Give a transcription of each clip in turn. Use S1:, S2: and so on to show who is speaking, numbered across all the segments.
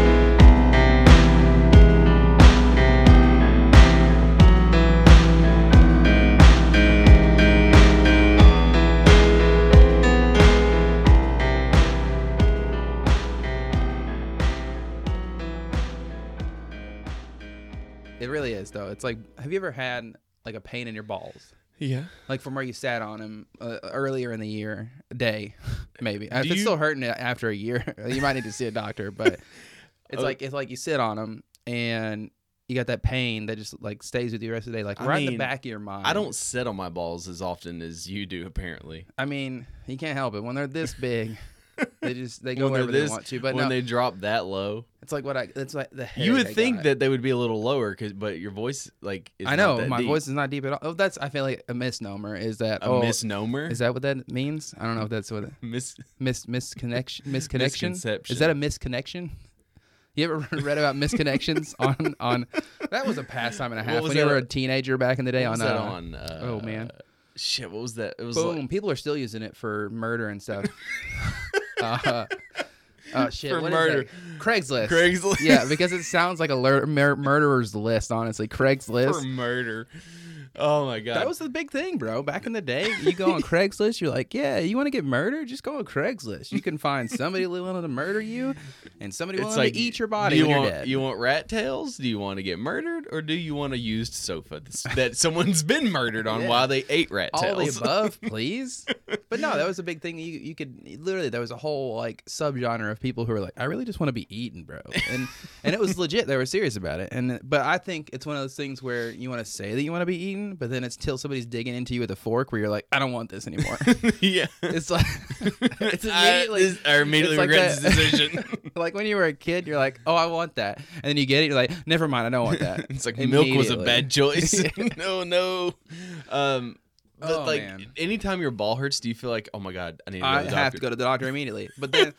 S1: It really is though. It's like, have you ever had like a pain in your balls,
S2: Yeah.
S1: like from where you sat on them uh, earlier in the year, day, maybe? Uh, if
S2: Do
S1: it's
S2: you-
S1: still hurting after a year, you might need to see a doctor. But it's
S2: Oh.
S1: like it's like you sit on them and you got that pain that just like stays with you the rest of the day, like
S2: I
S1: right in the
S2: mean,
S1: back of your mind.
S2: I don't sit on my balls as often as you do, apparently.
S1: I mean, you can't help it when they're this big. They just they go
S2: When they're
S1: wherever
S2: this-
S1: they want to, but
S2: when
S1: no,
S2: they drop that low,
S1: it's like what I. It's like the headache
S2: you would
S1: I
S2: think
S1: got.
S2: that they would be a little lower, cause, but your voice, like, is
S1: I
S2: not
S1: know
S2: that
S1: my
S2: deep.
S1: voice is not deep at all. Oh, that's I feel like a misnomer is that
S2: a
S1: oh,
S2: misnomer.
S1: Is that what that means? I don't know if that's what it,
S2: Mis-
S1: mis misconnection misconnection
S2: Misconception.
S1: is that a misconnection? You ever read about misconnections on on that was a pastime and a half
S2: was
S1: when you
S2: that-
S1: were a teenager back in the day
S2: what
S1: on
S2: was that
S1: uh,
S2: on? Uh,
S1: oh, man.
S2: shit! What was that? It was
S1: boom
S2: like,
S1: people are still using it for murder and stuff. uh, oh shit!
S2: For
S1: what is
S2: murder.
S1: that? Craigslist.
S2: Craigslist.
S1: Yeah, because it sounds like a lur- mur- murderer's list. Honestly, Craigslist.
S2: for murder. Oh my god!
S1: That was the big thing, bro. Back in the day, you go on Craigslist, you're like, yeah, you want to get murdered? Just go on Craigslist. You can find somebody willing to murder you and somebody
S2: it's
S1: willing
S2: like
S1: to eat your body
S2: You
S1: when
S2: want
S1: you're dead.
S2: you want rat tails? Do you want to get murdered, or do you want a used sofa that's- that someone's been murdered on
S1: Yeah.
S2: while they ate rat
S1: All
S2: tails?
S1: the above, please. but no, that was a big thing. You you could literally there was a whole like subgenre of people who were like, I really just want to be eaten, bro. And and it was legit. They were serious about it. And but I think it's one of those things where you want to say that you want to be eaten, but then it's till somebody's digging into you with a fork where you're like, I don't want this anymore.
S2: yeah.
S1: it's like it's immediately
S2: I, this- I immediately
S1: it's like
S2: regret
S1: that-
S2: this decision.
S1: like when you were a kid, you're like, "Oh, I want that," and then you get it, you're like, "Never mind, I don't want that."
S2: it's like milk was a
S1: Immediately.
S2: bad choice. no, no. Um, but
S1: Oh,
S2: like
S1: man.
S2: anytime your ball hurts, do you feel like, oh my god, I need to go
S1: I
S2: to the
S1: have
S2: doctor?
S1: to go to the doctor immediately. But then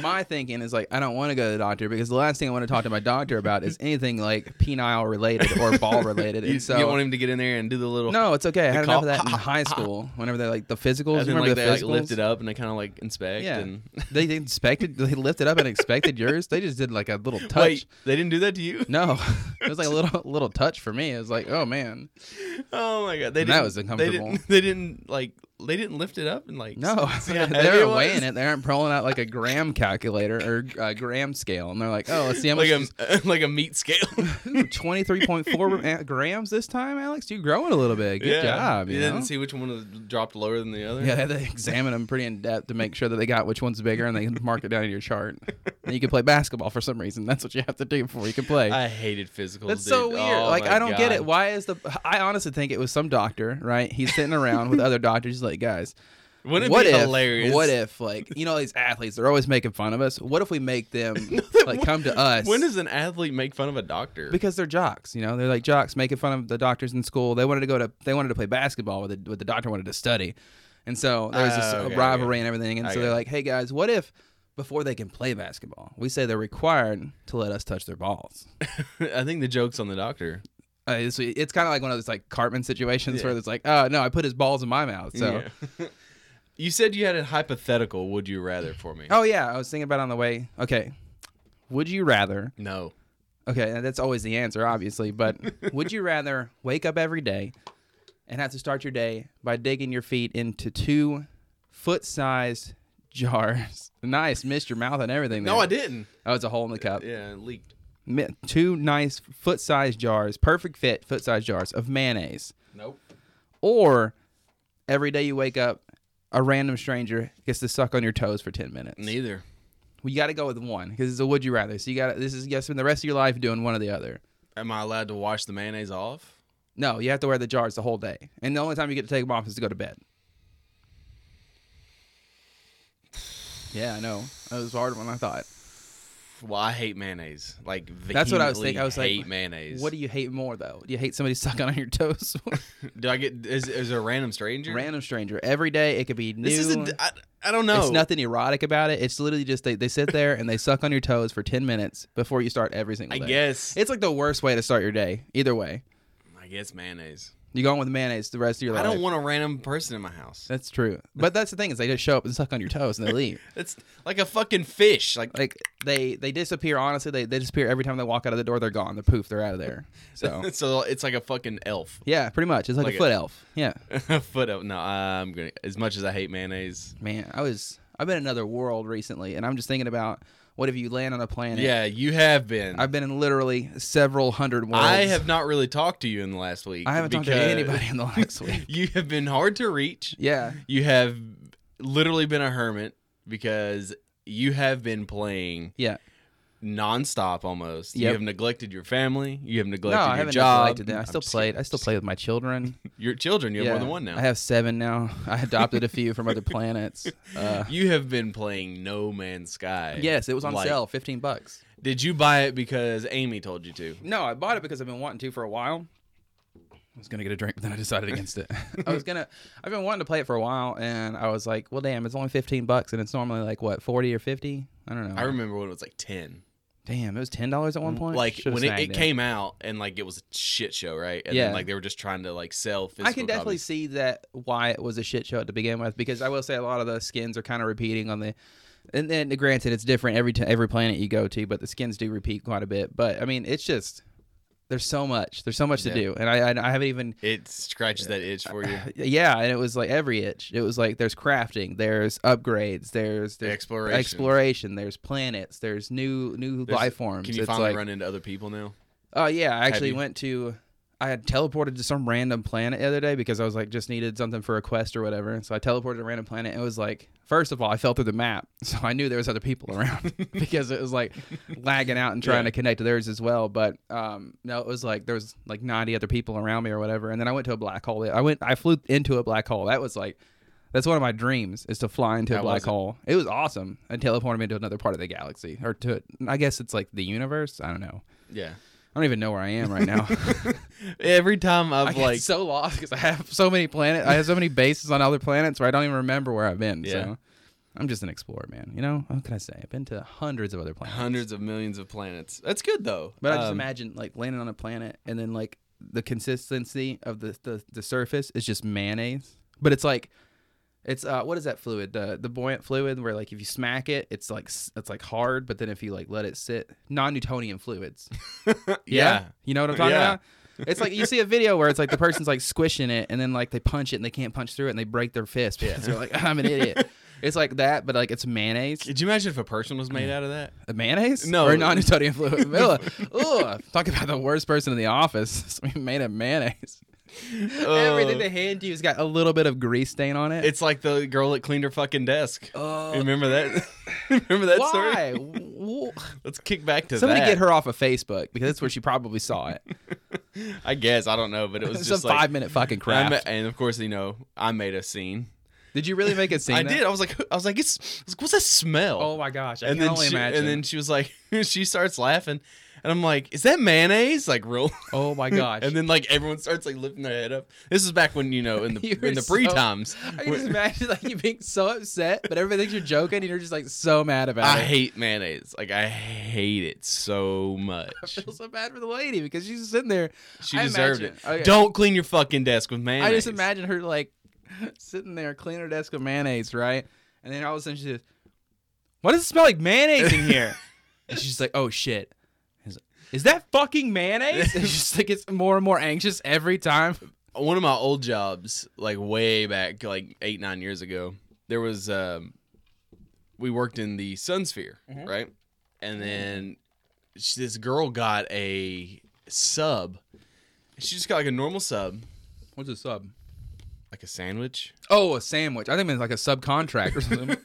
S1: my thinking is like, I don't want to go to the doctor because the last thing I want to talk to my doctor about is anything like penile related or ball related.
S2: You,
S1: and so
S2: you don't want him to get in there and do the little.
S1: no, it's okay. I had
S2: The
S1: enough of
S2: cough-
S1: that in high school. Whenever they like the physicals,
S2: And then
S1: remember
S2: like
S1: the
S2: they like, lift
S1: physicals?
S2: it up and they kind of like inspect.
S1: Yeah.
S2: And...
S1: They inspected, they lifted up and inspected yours. They just did like a little touch.
S2: Wait, they didn't do that to you?
S1: No, it was like a little little touch for me. It was like, oh man,
S2: Oh my god, they
S1: And that
S2: didn't-
S1: was
S2: they didn't-
S1: uncomfortable.
S2: They didn't, like they didn't lift it up and like
S1: No,
S2: s- see how heavy
S1: they're
S2: it was?
S1: weighing it. They aren't pulling out like a gram calculator or a gram scale, and they're like, "Oh, let's see how much."
S2: like a like a meat scale.
S1: Twenty-three point four grams this time, Alex. You growing a little bit. Good
S2: yeah,
S1: job.
S2: You,
S1: You, know?
S2: didn't see which one was- dropped lower than the other.
S1: yeah, they had to examine them pretty in depth to make sure that they got which one's bigger, and they can mark it down in your chart. And you can play basketball for some reason. That's what you have to do before you can play.
S2: I hated physicals.
S1: That's
S2: dude.
S1: so weird.
S2: Oh,
S1: like
S2: my
S1: I don't get
S2: God.
S1: it. Why is the? I honestly think it was some doctor. Right? He's sitting around with other doctors. He's like, guys,
S2: Wouldn't it
S1: what
S2: be
S1: if,
S2: hilarious?
S1: What if, like, you know, these athletes, they're always making fun of us. What if we make them,
S2: that
S1: like,
S2: would-
S1: come to us?
S2: When does an athlete make fun of a doctor?
S1: because they're jocks, you know, they're like jocks making fun of the doctors in school. They wanted to go to, they wanted to play basketball, what the, what the doctor wanted to study, and so there was this
S2: Oh, okay,
S1: uh, rivalry and everything. And
S2: I
S1: so
S2: get
S1: they're
S2: it.
S1: like, hey guys, what if before they can play basketball, we say they're required to let us touch their balls?
S2: I think the joke's on the doctor.
S1: Uh, it's it's kind of like one of those like Cartman situations
S2: Yeah.
S1: where it's like, oh no, I put his balls in my mouth. So
S2: Yeah. you said you had a hypothetical. Would you rather for me?
S1: oh yeah, I was thinking about it on the way. Okay, would you rather?
S2: No.
S1: Okay, and that's always the answer, obviously. But would you rather wake up every day and have to start your day by digging your feet into two foot-sized jars? Nice, missed your mouth and everything. There.
S2: No, I didn't.
S1: That was a hole in the cup.
S2: Yeah, it leaked.
S1: Mi- Two nice foot-sized jars, perfect fit foot-sized jars of mayonnaise,
S2: Nope.
S1: or every day you wake up, a random stranger gets to suck on your toes for ten minutes.
S2: Neither.
S1: Well, you got to go with one because it's a would you rather. So you got to this is you got to spend the rest of your life doing one or the other.
S2: Am I allowed to wash the mayonnaise off?
S1: No, you have to wear the jars the whole day, and the only time you get to take them off is to go to bed. Yeah, I know. That was harder than I thought.
S2: Well, I hate mayonnaise. Like
S1: That's what I was thinking. I
S2: vehemently
S1: was like,
S2: hate mayonnaise.
S1: What do you hate more though? Do you hate somebody sucking on your toes?
S2: Do I get? Is, is there a random stranger?
S1: Random stranger every day. It could be new.
S2: This is a. I, I don't know.
S1: It's nothing erotic about it. It's literally just they, they sit there and they suck on your toes for ten minutes before you start every single
S2: I
S1: day.
S2: guess.
S1: it's like the worst way to start your day. Either way,
S2: I guess mayonnaise.
S1: you go on with mayonnaise the rest of your
S2: I
S1: life.
S2: don't want a random person in my house.
S1: That's true. But that's the thing is they just show up and suck on your toes and they leave.
S2: That's like a fucking fish. Like
S1: like they they disappear. Honestly, they, they disappear every time they walk out of the door. They're gone. They're poof. They're out of there. So
S2: so, it's like a fucking elf.
S1: yeah, pretty much. It's like,
S2: Like
S1: a
S2: a-
S1: foot elf. Yeah,
S2: Foot elf. No, I'm gonna. As much as I hate mayonnaise.
S1: man. I was I've been in another world recently, and I'm just thinking about what if you land on a planet.
S2: Yeah, you have been.
S1: I've been in literally several hundred worlds.
S2: I have not really talked to you in the last week.
S1: I haven't talked to
S2: because
S1: anybody in the last week.
S2: You have been hard to reach.
S1: Yeah,
S2: You have literally been a hermit because you have been playing
S1: yeah.
S2: nonstop almost. You
S1: Yep.
S2: have neglected your family. You have neglected
S1: no, I
S2: your
S1: haven't
S2: job.
S1: neglected that. I
S2: I'm
S1: still
S2: just
S1: played.
S2: kidding.
S1: I still play with my children.
S2: Your children. You have
S1: yeah.
S2: more than one now.
S1: I have seven now. I adopted a few from other planets. Uh,
S2: you have been playing No Man's Sky.
S1: yes, it was on
S2: Like,
S1: sale, fifteen bucks.
S2: Did you buy it because Amy told you to?
S1: No, I bought it because I've been wanting to for a while. I was gonna get a drink, but then I decided against it. I was gonna. I've been wanting to play it for a while, and I was like, "Well, damn, it's only fifteen bucks, and it's normally like what forty or fifty. I don't know.
S2: I remember when it was like ten.
S1: damn, it was ten dollars at one point.
S2: Like
S1: Should've
S2: when it,
S1: snagged
S2: it came out and like it was a shit show, right? And
S1: Yeah.
S2: then like they were just trying to like sell. Physical
S1: I can definitely
S2: copies.
S1: see that why it was a shit show to begin with, because I will say a lot of the skins are kind of repeating on the. And then, granted, it's different every t- every planet you go to, but the skins do repeat quite a bit. But I mean, it's just there's so much, there's so much
S2: Yeah.
S1: to do, and I I, I haven't even
S2: it scratches that itch for you.
S1: yeah and it was like every itch it was like there's crafting there's upgrades there's, there's
S2: Exploration.
S1: exploration, there's planets there's new new
S2: There's-
S1: life forms
S2: Can you
S1: It's
S2: finally
S1: like-
S2: run into other people now?
S1: oh yeah i actually
S2: you-
S1: went to i had teleported to some random planet the other day because i was like just needed something for a quest or whatever and so i teleported to a random planet and it was like first of all i fell through the map so i knew there was other people around because it was like lagging out and trying
S2: Yeah.
S1: to connect to theirs as well but um no it was like there was like 90 other people around me or whatever and then i went to a black hole i went i flew into a black hole that was like that's one of my dreams is to fly into a
S2: How
S1: black
S2: was it?
S1: hole it was awesome and teleported me into another part of the galaxy or to i guess it's like the universe i don't know
S2: Yeah.
S1: I don't even know where I am right now.
S2: Every time
S1: I
S2: I've
S1: get
S2: like
S1: so lost because I have so many planets. I have so many bases on other planets where I don't even remember where I've been.
S2: Yeah.
S1: So I'm just an explorer, man. You know what can I say? I've been to hundreds of other planets.
S2: hundreds of millions of planets. That's good though.
S1: But I just
S2: Um,
S1: imagine like landing on a planet and then like the consistency of the the, the surface is just mayonnaise. But it's like it's uh what is that fluid? The the buoyant fluid where like if you smack it, it's like s- it's like hard, but then if you like let it sit, non-Newtonian fluids.
S2: yeah.
S1: You know what I'm talking
S2: Yeah.
S1: about? It's like you see a video where it's like the person's like squishing it and then like they punch it and they can't punch through it and they break their fist because they're like, I'm an idiot. It's like that, but like it's mayonnaise.
S2: Could you imagine if a person was made out of that?
S1: A mayonnaise?
S2: No.
S1: Or non Newtonian fluid. Ugh. Ugh. Talk about the worst person in the office. We made a mayonnaise. Everything they hand you has got a little bit of grease stain on it.
S2: Oh. It's like the girl that cleaned her fucking desk.
S1: Oh.
S2: remember that? remember that
S1: Why?
S2: story?
S1: W-
S2: Let's kick back to
S1: Somebody
S2: that.
S1: get her off of Facebook because that's where she probably saw it.
S2: I guess I don't know, but it was
S1: It's
S2: just
S1: a
S2: like,
S1: five minute fucking
S2: I
S1: crap.
S2: ma- and of course, you know, I made a scene.
S1: Did you really make it seem
S2: I
S1: that?
S2: did. I was like, I was like, it's I was like, what's that smell?
S1: Oh my gosh. I
S2: and
S1: can
S2: then
S1: only
S2: she,
S1: imagine.
S2: and then she was like, she starts laughing, and I'm like, is that mayonnaise? Like real.
S1: oh my gosh.
S2: And then like everyone starts like lifting their head up. This is back when you know in the
S1: You were
S2: in the pre
S1: so-
S2: times.
S1: I can just imagine like you being so upset, but everybody thinks you're joking, and you're just like so mad about
S2: I
S1: it.
S2: hate mayonnaise. Like I hate it so
S1: I
S2: much.
S1: feel so bad for the lady because she's just sitting there.
S2: She
S1: I
S2: deserved
S1: imagine-
S2: it.
S1: okay.
S2: Don't clean your fucking desk with mayonnaise.
S1: I just imagine her like sitting there cleaning her desk with mayonnaise, right? And then all of a sudden she says, "Why does it smell like mayonnaise in here?" and she's like, "Oh shit." Is- Is that fucking mayonnaise? And she's just like gets more and more anxious every time.
S2: One of my old jobs, like way back, like eight nine years ago, there was um, we worked in the Sun Sphere, right? And then she, this girl got a sub. She just got like a normal sub,
S1: What's a sub?
S2: like a sandwich.
S1: Oh, a sandwich. I think it's like a subcontract or something.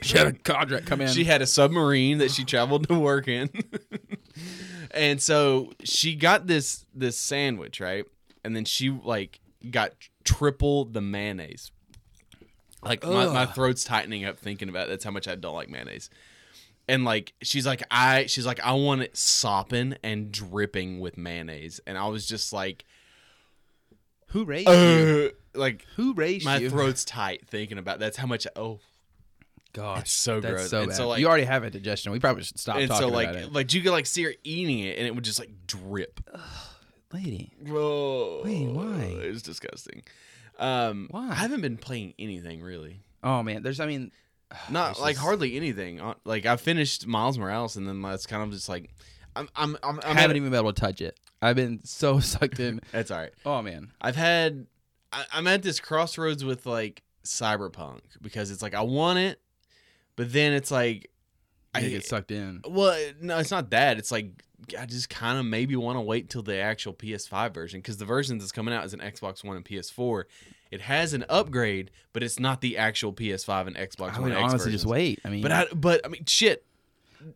S1: she had a contract come in.
S2: She had a submarine that she traveled to work in. and so she got this this sandwich, right? And then she like got triple the mayonnaise. Like my, my
S1: Ugh.
S2: throat's tightening up thinking about it. that's how much I don't like mayonnaise. and like she's like I she's like I want it sopping and dripping with mayonnaise, and I was just like,
S1: Who raised you?
S2: "Ugh," like
S1: Who raised
S2: my
S1: you?
S2: throat's tight thinking about that's how much oh
S1: Gosh,
S2: it's so
S1: that's
S2: gross.
S1: so
S2: And
S1: bad.
S2: so, like-
S1: you already have a digestion. We probably should stop
S2: and
S1: talking
S2: so like
S1: about it.
S2: like you could like see her eating it and it would just like drip.
S1: Lady,
S2: Oh,
S1: Wait, why?
S2: It's disgusting. Um,
S1: Why?
S2: I haven't been playing anything really.
S1: oh man, there's. I mean,
S2: Not
S1: It's
S2: like
S1: just-
S2: hardly anything. Uh, Like I finished Miles Morales, and then that's kind of just like I'm I'm I'm,
S1: I
S2: I'm
S1: haven't even been able to touch it. I've been so sucked in.
S2: That's all right.
S1: Oh man,
S2: I've had I, I'm at this crossroads with like Cyberpunk because it's like I want it, but then it's like
S1: I
S2: I
S1: get sucked in.
S2: well no it's not that it's like I just kind of maybe want to wait till the actual PS5 version because the version that's coming out is an Xbox One and PS4. It has an upgrade, but it's not the actual PS5 and Xbox
S1: I
S2: One.
S1: would
S2: and X
S1: honestly just
S2: versions.
S1: wait. I mean,
S2: But I but I mean shit.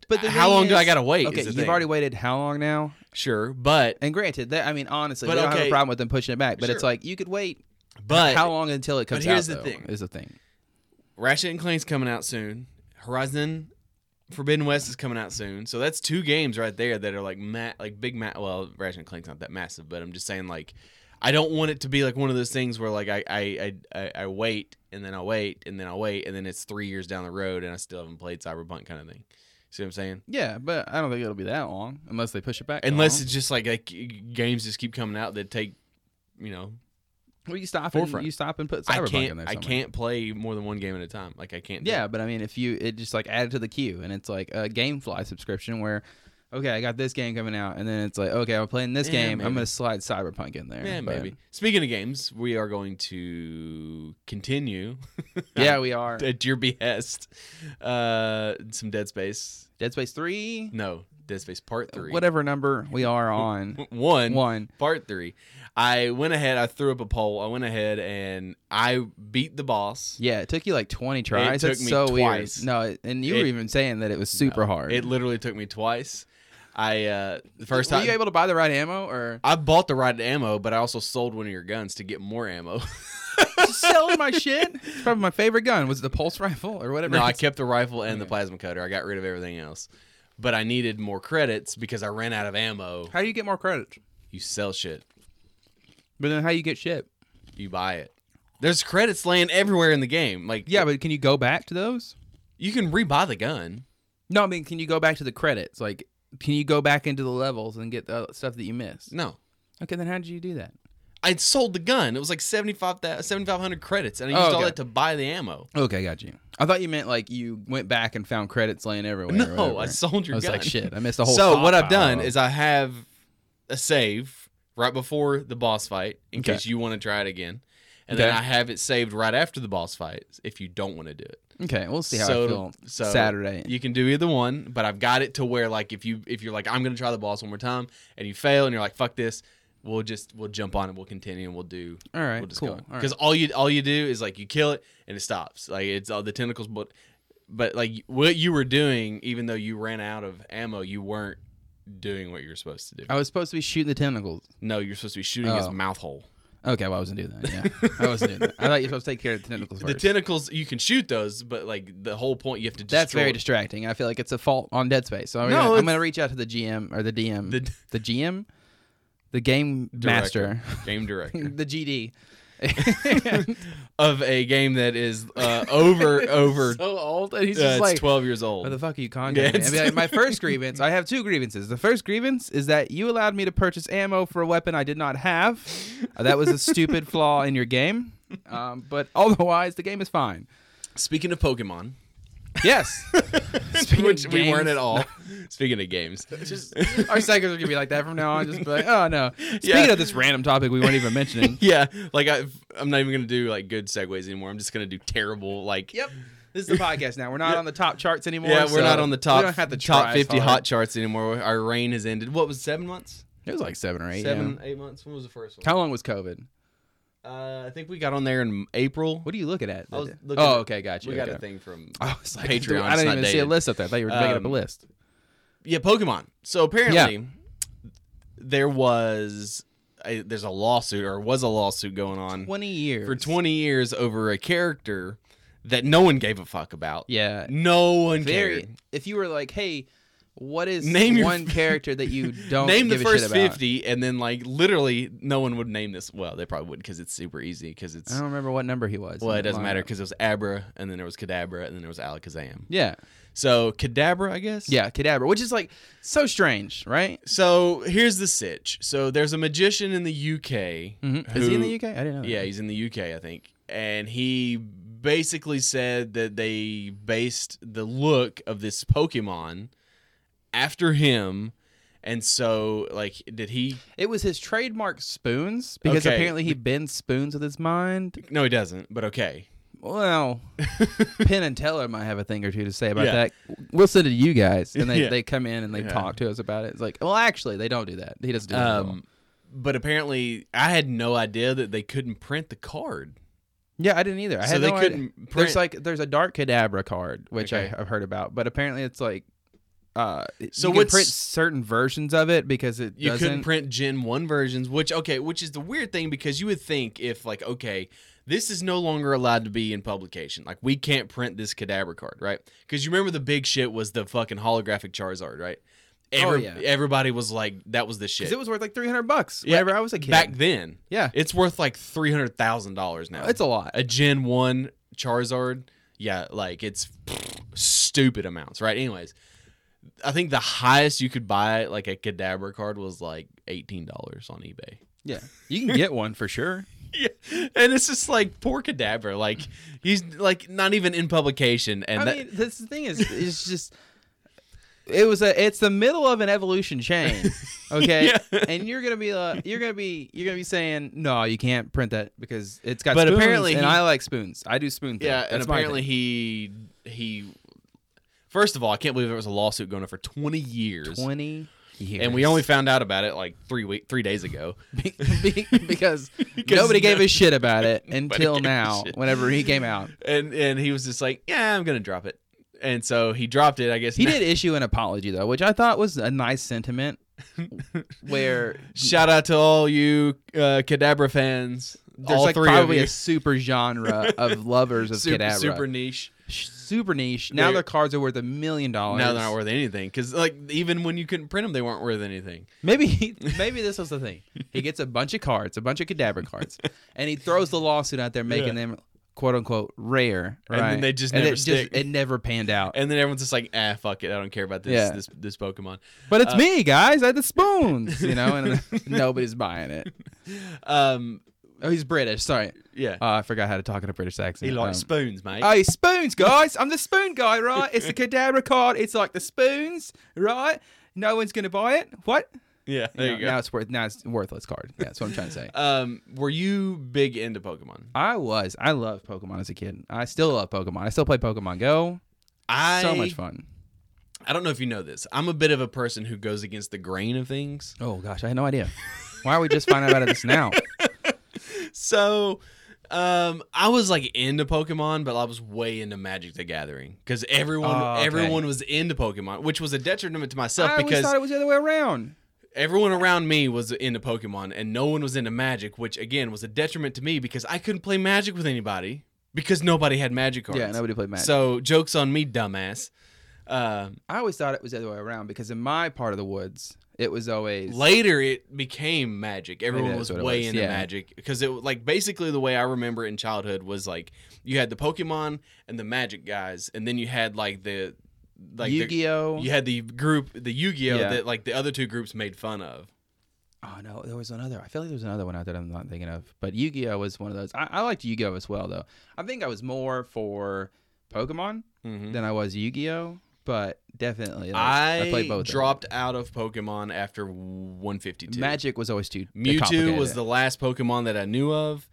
S1: but the
S2: how
S1: thing
S2: long do I
S1: is-
S2: gotta wait?
S1: Okay,
S2: is the
S1: you've
S2: thing.
S1: already waited how long now?
S2: sure, but
S1: And granted, that I mean, honestly,
S2: But
S1: we don't have
S2: okay.
S1: a problem with them pushing it back. But it's
S2: Sure.
S1: like you could wait.
S2: but
S1: how long until it comes
S2: here's
S1: out?
S2: the
S1: though,
S2: thing.
S1: Is the thing.
S2: Ratchet and Clank's coming out soon. Horizon Forbidden West is coming out soon. So that's two games right there that are like ma- like big ma- well, Ratchet and Clank's not that massive, but I'm just saying like I don't want it to be like one of those things where like I I I, I, I wait and then I wait and then I wait and then it's three years down the road and I still haven't played Cyberpunk kind of thing. See what I'm saying?
S1: Yeah, but I don't think it'll be that long unless they push it back.
S2: Unless
S1: long.
S2: it's just like, like games just keep coming out that take, you know,
S1: well, you stop
S2: forefront.
S1: and you stop and put
S2: I
S1: Cyberpunk in
S2: can't
S1: there.
S2: I
S1: somewhere.
S2: can't play more than one game at a time. Like I can't. do
S1: Yeah, but I mean, if you it just like added to the queue, and it's like a GameFly subscription where, okay, I got this game coming out, and then it's like, okay, I'm playing this
S2: Yeah,
S1: game,
S2: maybe.
S1: I'm gonna slide Cyberpunk in there.
S2: Yeah,
S1: but-
S2: maybe. Speaking of games, we are going to continue
S1: Yeah, we are.
S2: at your behest. Uh, some Dead Space.
S1: Dead Space Three,
S2: No, Dead Space Part Three.
S1: Uh, whatever number we are on,
S2: One,
S1: one.
S2: Part Three. I went ahead. I threw up a poll. I went ahead and I beat the boss.
S1: Yeah, it took you like 20 tries.
S2: took
S1: That's
S2: me
S1: so
S2: twice.
S1: weird. No, it- and you
S2: It-
S1: were even saying that it was super hard.
S2: It literally took me twice. I uh, the first
S1: were
S2: time
S1: you able to buy the right ammo or
S2: I bought the right ammo, but I also sold one of your guns to get more ammo.
S1: selling my shit? It's probably my favorite gun. Was it the pulse rifle or whatever?
S2: No, I
S1: it's-
S2: kept the rifle and the plasma cutter. I got rid of everything else. But I needed more credits because I ran out of ammo.
S1: How do you get more credits?
S2: You sell shit.
S1: But then how you get shit?
S2: You buy it. There's credits laying everywhere in the game. Like
S1: Yeah, but can you go back to those?
S2: you can rebuy the gun.
S1: No, I mean, can you go back to the credits? Like, can you go back into the levels and get the stuff that you missed?
S2: No.
S1: Okay, then how did you do that?
S2: I sold the gun. It was like 75,000 7,500 credits, and I
S1: Oh,
S2: used all
S1: okay.
S2: that to buy the ammo.
S1: Okay, got you. I thought you meant like you went back and found credits laying everywhere. or
S2: No, I
S1: whatever.
S2: sold your
S1: I was
S2: gun.
S1: like, shit, I missed the whole.
S2: so what I've
S1: stockpile.
S2: done is I have a save right before the boss fight in
S1: Okay.
S2: case you want to try it again, and then
S1: Okay.
S2: I have it saved right after the boss fight if you don't want to do it.
S1: okay. We'll see how
S2: So-
S1: I feel
S2: so
S1: Saturday.
S2: You can do either one, but I've got it to where like if you if you're like I'm gonna try the boss one more time and you fail and you're like fuck this, we'll just we'll jump on it, we'll continue and we'll do.
S1: All right,
S2: we'll just
S1: cool. All right.
S2: Because all you all you do is like you kill it and it stops. Like it's all the tentacles, but but like what you were doing, even though you ran out of ammo, you weren't doing what you're supposed to do.
S1: I was supposed to be shooting the tentacles.
S2: No, you're supposed to be shooting his
S1: Oh.
S2: mouth hole.
S1: Okay, well, I wasn't doing that. Yeah, I wasn't doing that. I thought you were supposed to take care of the tentacles
S2: The
S1: first.
S2: tentacles you can shoot those, but like the whole point you have to destroy.
S1: That's very distracting. I feel like it's a fault on Dead Space. So I'm,
S2: No,
S1: gonna,
S2: it's-
S1: I'm gonna reach out to the GM or the DM,
S2: The-
S1: the, GM, the game
S2: Director.
S1: master,
S2: game director.
S1: the GD.
S2: of a game that is uh, over over
S1: so old, and he's
S2: uh,
S1: just
S2: it's
S1: like,
S2: 12 years old.
S1: "What the fuck are you
S2: Yeah,
S1: conjuring?" me?"
S2: it's-
S1: I'd be like, "My first grievance. I have two grievances. The first grievance is that you allowed me to purchase ammo for a weapon I did not have. Uh, that was a stupid flaw in your game. Um, but otherwise, the game is fine.
S2: Speaking of Pokemon,
S1: Yes, Speaking
S2: which
S1: of
S2: we weren't
S1: games-
S2: at all. Speaking of games,
S1: Our cycles are gonna be like that from now on. Just be like, oh no. Speaking
S2: Yeah.
S1: of this random topic we weren't even mentioning.
S2: yeah, like I, I'm not even gonna do like good segues anymore. I'm just gonna do terrible like.
S1: This is the podcast now. We're not on the top charts anymore.
S2: Yeah, we're
S1: so
S2: not on the top
S1: We don't have to try
S2: top
S1: as
S2: 50
S1: hard.
S2: hot charts anymore. Our reign has ended. What was it, seven months?
S1: It was like seven or eight.
S2: seven,
S1: yeah.
S2: eight months. When was the first one?
S1: How long was COVID?
S2: Uh, I think we got on there in April.
S1: What are you looking at?
S2: I was looking
S1: oh,
S2: at-
S1: okay, gotcha.
S2: we got a
S1: okay.
S2: thing from
S1: I was like,
S2: Patreon,
S1: dude, I
S2: it's
S1: didn't
S2: not
S1: even see a
S2: dated.
S1: list up there. I thought you were making up a
S2: Um,
S1: list.
S2: yeah Pokemon. So apparently, there was a, there's a lawsuit or was a lawsuit going on
S1: Twenty years
S2: for 20 years over a character that no one gave a fuck about.
S1: Yeah.
S2: No one
S1: Very.
S2: cared.
S1: If you were like, hey, what is
S2: Name your-
S1: one character that you don't
S2: Name the
S1: give a
S2: first
S1: shit about?
S2: 50 and then like literally no one would name this. Well, they probably would because it's super easy because
S1: I
S2: it's
S1: don't remember what number he was.
S2: well,
S1: in
S2: it
S1: the
S2: doesn't matter
S1: lineup.
S2: because it was Abra and then there was Kadabra and then there was Alakazam.
S1: Yeah.
S2: So Kadabra, I guess.
S1: Yeah. Kadabra, which is like so strange, right?
S2: So here's the sitch. So there's a magician in the UK.
S1: Mhm. Is he in
S2: who-
S1: the UK? I didn't know. that.
S2: Yeah, he's in the UK, I think. And he basically said that they based the look of this Pokemon after him. And so, like, did he?
S1: It was his trademark spoons because
S2: Okay.
S1: apparently he bends spoons with his mind.
S2: No, he doesn't, but okay.
S1: Well, Penn and Teller might have a thing or two to say about
S2: Yeah.
S1: that. We'll send it to you guys, and they,
S2: Yeah.
S1: they come in and they
S2: Yeah.
S1: talk to us about it. It's like, well, actually, they don't do that. He doesn't do that. at all.
S2: Um, but apparently, I had no idea that they couldn't print the card.
S1: Yeah, I didn't either. I
S2: so
S1: had
S2: they
S1: no idea.
S2: couldn't print.
S1: There's like there's a dark cadabra card which
S2: Okay.
S1: I, I've heard about, but apparently it's like uh,
S2: So
S1: so you can
S2: what's-
S1: print certain versions of it because it
S2: you
S1: doesn't.
S2: couldn't print Gen 1 versions, which, okay, which is the weird thing because you would think if, like, okay, this is no longer allowed to be in publication. Like, we can't print this cadaver card, right? Because you remember the big shit was the fucking holographic Charizard, right? Every,
S1: Oh, yeah.
S2: Everybody was like, that was the
S1: 'cause
S2: shit.
S1: it was worth like 300 bucks
S2: Yeah,
S1: whenever I was a kid.
S2: Back then,
S1: yeah,
S2: it's worth like $300,000 now.
S1: it's a lot.
S2: a Gen 1 Charizard. Yeah, like, it's stupid amounts, right? Anyways. I think the highest you could buy like a cadaver card was like eighteen dollars on eBay.
S1: Yeah, you can get one for sure.
S2: Yeah. And it's just like poor cadaver. Like he's like not even in publication and
S1: I
S2: that,
S1: mean, that's the thing is, it's just it was a it's the middle of an evolution chain, okay?
S2: Yeah.
S1: And you're gonna be uh, you're gonna be you're gonna be saying no, you can't print that because it's got.
S2: But
S1: spoons,
S2: apparently
S1: and
S2: he-
S1: I like spoons. I do spoon. thing.
S2: Yeah, and
S1: That's my
S2: apparently
S1: thing.
S2: he he first of all, I can't believe there was a lawsuit going on for twenty years.
S1: twenty years,
S2: And we only found out about it like three week three days ago.
S1: Be- be- because,
S2: Because
S1: nobody
S2: no-
S1: gave a shit about it until
S2: gave a
S1: now.
S2: shit.
S1: Whenever he came out,
S2: And and he was just like, Yeah, I'm gonna drop it. And so he dropped it, I guess.
S1: he
S2: now-
S1: did issue an apology though, which I thought was a nice sentiment. Where
S2: Shout out to all you uh Kadabra fans.
S1: there's
S2: all
S1: like
S2: three
S1: probably a
S2: of you.
S1: super genre of lovers of
S2: super,
S1: Kadabra.
S2: super niche.
S1: Sh- super niche. Now
S2: They're-
S1: their cards are worth a million dollars.
S2: Now they're not worth anything because like even when you couldn't print them, they weren't worth anything.
S1: Maybe he, maybe this was the thing. He gets a bunch of cards, a bunch of cadaver cards, and he throws the lawsuit out there, making
S2: Yeah.
S1: them quote unquote rare.
S2: And then
S1: right?
S2: they just
S1: And
S2: never
S1: it
S2: stick.
S1: it never panned out.
S2: And then everyone's just like, ah, fuck it, I don't care about this
S1: Yeah.
S2: this this Pokemon.
S1: but
S2: uh,
S1: it's me, guys. I had the spoons, you know, and nobody's buying it.
S2: Um,
S1: Oh, he's British. Sorry,
S2: yeah,
S1: uh, I forgot how to talk in a British accent.
S2: he likes
S1: Um,
S2: spoons, mate.
S1: Hey, spoons, guys. I'm the spoon guy, right? It's the Cadabra card. It's like the spoons, right? No one's going to buy it. What?
S2: yeah, there
S1: know,
S2: you
S1: Now
S2: go.
S1: it's worth now it's worthless card. Yeah, that's what I'm trying to say.
S2: Um, were you big into Pokemon?
S1: I was. I loved Pokemon as a kid. I still love Pokemon. I still play Pokemon Go.
S2: I
S1: so much fun.
S2: I don't know if you know this. I'm a bit of a person who goes against the grain of things.
S1: Oh gosh, I had no idea. Why are we just finding out about this now?
S2: So, um, I was like into Pokemon, but I was way into Magic the Gathering because everyone
S1: Oh, okay.
S2: everyone was into Pokemon, which was a detriment to myself
S1: I always
S2: because
S1: thought it was the other way around.
S2: everyone around me was into Pokemon and no one was into Magic, which again was a detriment to me because I couldn't play Magic with anybody because nobody had Magic cards.
S1: Yeah, nobody played Magic.
S2: So jokes on me, dumbass. Uh,
S1: I always thought it was the other way around because in my part of the woods, it was always
S2: later it became Magic. Everyone
S1: that's
S2: was
S1: what it
S2: way
S1: was,
S2: into
S1: yeah.
S2: Magic because it like basically the way I remember it in childhood was like you had the Pokemon and the Magic guys, and then you had like the like the-
S1: Yu-Gi-Oh.
S2: you had the group the Yu-Gi-Oh
S1: Yeah.
S2: that like the other two groups made fun of.
S1: Oh no, there was another. I feel like there was another one out there I'm not thinking of. But Yu-Gi-Oh was one of those. I, I liked Yu-Gi-Oh as well though. I think I was more for Pokemon
S2: Mhm.
S1: than I was Yu-Gi-Oh, but definitely like,
S2: I,
S1: played both. of them.
S2: dropped out of Pokemon after 152.
S1: Magic was always too
S2: Mewtwo
S1: complicated.
S2: was the last Pokemon that I knew of.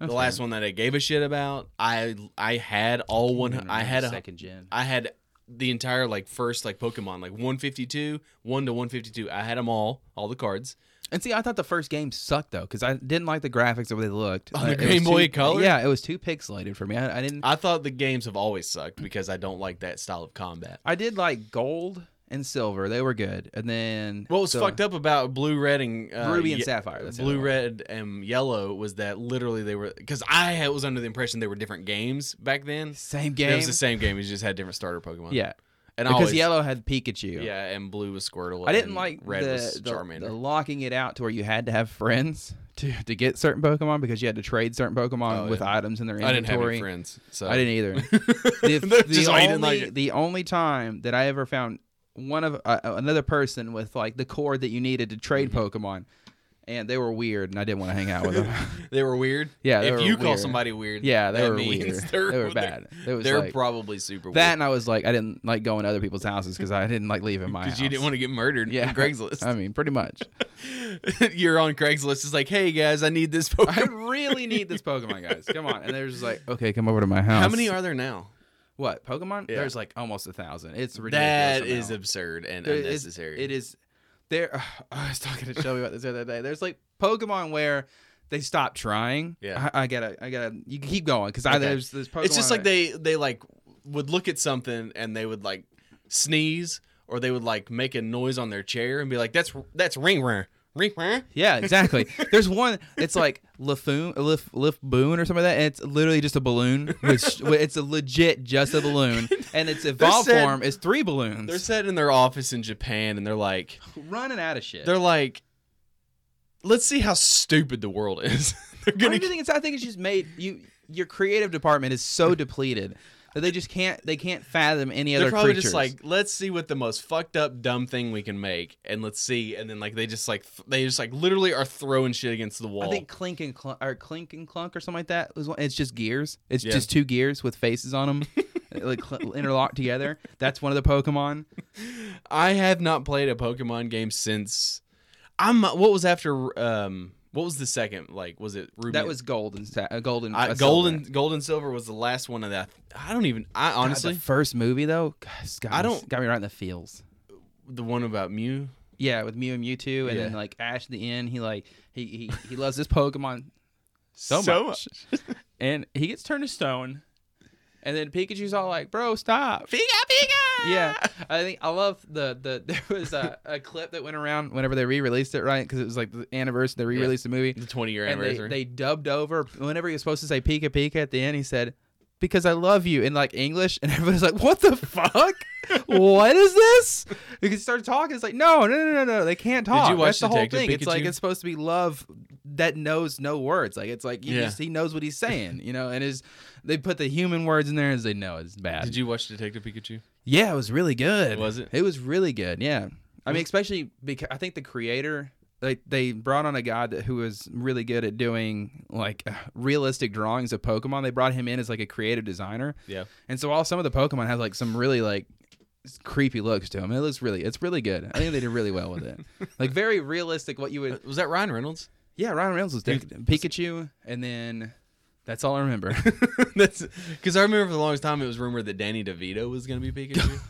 S1: That's
S2: the last one that I gave a shit about. I I had all one. I had a,
S1: second gen.
S2: I had the entire like first like Pokemon like 152, 1 to 152. I had them all, all the cards.
S1: And see, I thought the first game sucked though because I didn't like the graphics the way they looked.
S2: On the
S1: Like, it was
S2: Game Boy
S1: too-
S2: Color?
S1: Yeah, it was too pixelated for me. I, I didn't.
S2: I thought the games have always sucked because I don't like that style of combat.
S1: I did like Gold and silver. They were good. And then
S2: What was
S1: so-
S2: fucked up about blue, red, and uh,
S1: Ruby and
S2: ye-
S1: Sapphire. That's the
S2: blue,
S1: other one.
S2: red, and yellow was that literally they were because I had- was under the impression they were different games back then.
S1: Same
S2: It
S1: game.
S2: was the same game. It just had different starter Pokemon.
S1: Yeah,
S2: and I
S1: because
S2: always,
S1: yellow had Pikachu.
S2: Yeah, and blue was Squirtle.
S1: I didn't
S2: and
S1: like
S2: red
S1: the,
S2: was
S1: the-
S2: Charmander.
S1: the locking it out to where you had to have friends to, to get certain Pokemon because you had to trade certain Pokemon
S2: Oh,
S1: with
S2: yeah.
S1: items in their
S2: I
S1: inventory.
S2: didn't have any friends, so
S1: I didn't either. the,
S2: That's
S1: the
S2: just
S1: only,
S2: why you didn't like it.
S1: the only time that I ever found one of uh, another person with like the cord that you needed to trade
S2: Mm-hmm.
S1: Pokemon, and they were weird, and I didn't want to hang out with them.
S2: They were weird.
S1: Yeah, they
S2: if
S1: were
S2: you call
S1: weird.
S2: somebody weird,
S1: yeah, they
S2: that
S1: were
S2: means
S1: weird.
S2: They're,
S1: They were bad. It was
S2: They're
S1: like-
S2: probably super
S1: that, and I was like, I didn't like going to other people's houses because I didn't like leaving my
S2: because
S1: house.
S2: you didn't want to get murdered
S1: yeah, Um,
S2: on Craigslist.
S1: I mean, pretty much.
S2: You're on Craigslist. It's like, hey guys, I need this Pokemon.
S1: I really need this Pokemon, guys. Come on. And they're just like, okay, come over to my house.
S2: How many are there now?
S1: what Pokemon?
S2: Yeah.
S1: There's like almost a thousand. It's ridiculous.
S2: That
S1: amount.
S2: is absurd and
S1: There is-
S2: unnecessary.
S1: It is. There, I was talking to Shelby about this the other day. There's like Pokemon where they stop trying.
S2: Yeah.
S1: I, I gotta, I gotta. You can keep going because I
S2: Okay.
S1: there's this Pokemon.
S2: It's just like
S1: that-
S2: they they like would look at something and they would like sneeze or they would like make a noise on their chair and be like, that's that's ring ring ring ring.
S1: Yeah, exactly. There's one. It's like Lafoon, Lif, Lif Boon or something like that. And it's literally just a balloon. Which it's a legit just a balloon, and its evolved
S2: sad-
S1: form is three balloons.
S2: They're sat in their office in Japan and they're like,
S1: running out of shit.
S2: they're like, let's see how stupid the world is. they're
S1: I
S2: gonna
S1: don't even think it's. I think it's just made you. Your creative department is so depleted that they just can't. They can't fathom any
S2: they're
S1: other
S2: probably
S1: creatures.
S2: just like let's see what the most fucked up dumb thing we can make and let's see and then like they just like th- they just like literally are throwing shit against the wall
S1: I think Clink and Clunk, or Clink and Clunk or something like that was one. It's just gears. It's
S2: Yeah.
S1: just two gears with faces on them, like cl- interlocked together. That's one of the Pokemon.
S2: i have not played a pokemon game since i'm what was after um what was the second like was it ruby
S1: That was gold and sa- uh, gold and
S2: I,
S1: uh,
S2: gold and
S1: silver.
S2: gold and silver was the last one of that i don't even i
S1: God,
S2: honestly
S1: the first movie though, God, it's got
S2: I
S1: me-
S2: don't-
S1: got me right in the feels.
S2: the one about mew
S1: Yeah, with Mew and Mewtwo, and then
S2: Yeah.
S1: like Ash at the end, he like he he, he loves this Pokemon so, much. and he gets turned to stone. And then Pikachu's all like, "Bro, stop!"
S2: Pika, pika!
S1: yeah, I think I love the the there was a, a clip that went around whenever they re-released it, right? Because it was like the anniversary they re-released the movie,
S2: the 20 year
S1: and they,
S2: anniversary
S1: they dubbed over whenever he was supposed to say "Pika Pika" at the end, he said, "Because I love you" in like English, and everybody's like, "What the fuck? what is this?" Because he started talking, it's like, "No, no, no, no, no, they can't
S2: you
S1: talk."
S2: watch
S1: That's the whole
S2: Detective
S1: thing. It's like
S2: Pikachu?
S1: it's supposed to be love that knows no words. Like it's like he
S2: Yeah.
S1: just he knows what he's saying, you know, and is they put the human words in there and they know it's bad.
S2: did you watch detective pikachu
S1: Yeah, it was really good.
S2: Was it?
S1: It was really good. Yeah, I mean, especially because I think the creator, like, they brought on a guy that who was really good at doing like realistic drawings of Pokemon. They brought him in as like a creative designer,
S2: yeah
S1: and so all some of the Pokemon have like some really like creepy looks to them. It looks really, it's really good. I think they did really well with it. like very realistic. What you would,
S2: Uh, was that ryan reynolds
S1: Uh, yeah. Ryan Reynolds was Dick, Pikachu, and then that's all I remember.
S2: That's because I remember for the longest time it was rumored that Danny DeVito was going to be Pikachu.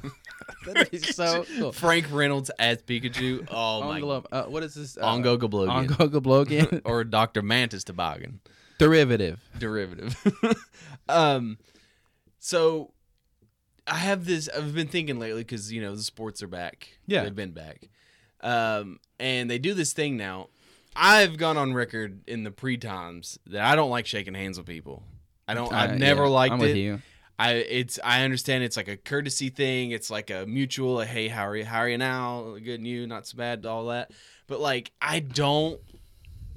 S1: That is so cool.
S2: Frank Reynolds as Pikachu. Oh my.
S1: Ongolo, uh, what is this? Uh,
S2: Ongo Gablogan.
S1: Ongo Gablogan.
S2: Or Dr. Mantis Toboggan.
S1: Derivative.
S2: Derivative. um, so I have this. I've been thinking lately because, you know, the sports are back.
S1: Yeah.
S2: They've been back. Um, and they do this thing now. I've gone on record in the pre times that I don't like shaking hands with people. Oh, I don't. I've
S1: Uh,
S2: never
S1: yeah,
S2: liked
S1: I'm
S2: it.
S1: with you.
S2: I it's I understand it's like a courtesy thing. It's like a mutual. Like, hey, how are you? How are you now? Good and you, not so bad. All that, but like I don't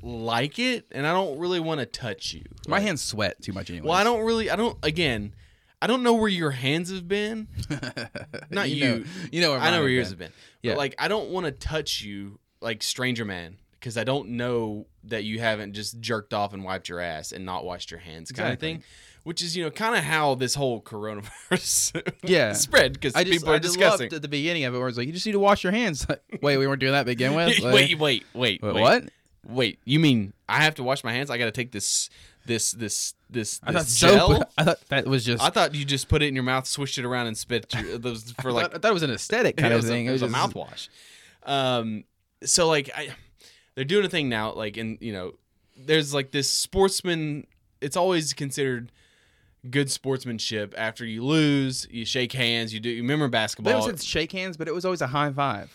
S2: like it, and I don't really want to touch you.
S1: My
S2: Like,
S1: hands sweat too much anyway.
S2: Well, I don't really. I don't. Again, I don't know where your hands have been. not
S1: Know,
S2: you.
S1: you know where
S2: I know
S1: mine
S2: where
S1: have
S2: yours
S1: been.
S2: have been.
S1: Yeah.
S2: But like I don't want to touch you like stranger man because I don't know that you haven't just jerked off and wiped your ass and not washed your hands kind
S1: Exactly.
S2: of thing. Which is, you know, kind of how this whole coronavirus
S1: Yeah.
S2: spread because
S1: I just,
S2: people
S1: I
S2: are
S1: just
S2: discussing.
S1: loved at the beginning of it where it's like, you just need to wash your hands. Like, wait, we weren't doing that to begin with?
S2: wait, wait, wait, wait,
S1: Wait, what?
S2: Wait, you mean I have to wash my hands? I got to take this, this, this, this,
S1: I thought
S2: this
S1: soap.
S2: gel.
S1: I thought that was just.
S2: I thought you just put it in your mouth, swished it around, and spit your, those for
S1: I
S2: like
S1: thought- I thought it was an aesthetic kind
S2: Yeah,
S1: of thing.
S2: It was, a, it was
S1: just-
S2: a mouthwash. Um, so like I, they're doing a thing now. Like and you know, there's like this sportsman. It's always considered good sportsmanship. After you lose, you shake hands. You do. You remember
S1: They
S2: basketball?
S1: always said shake hands, but it was always a high five.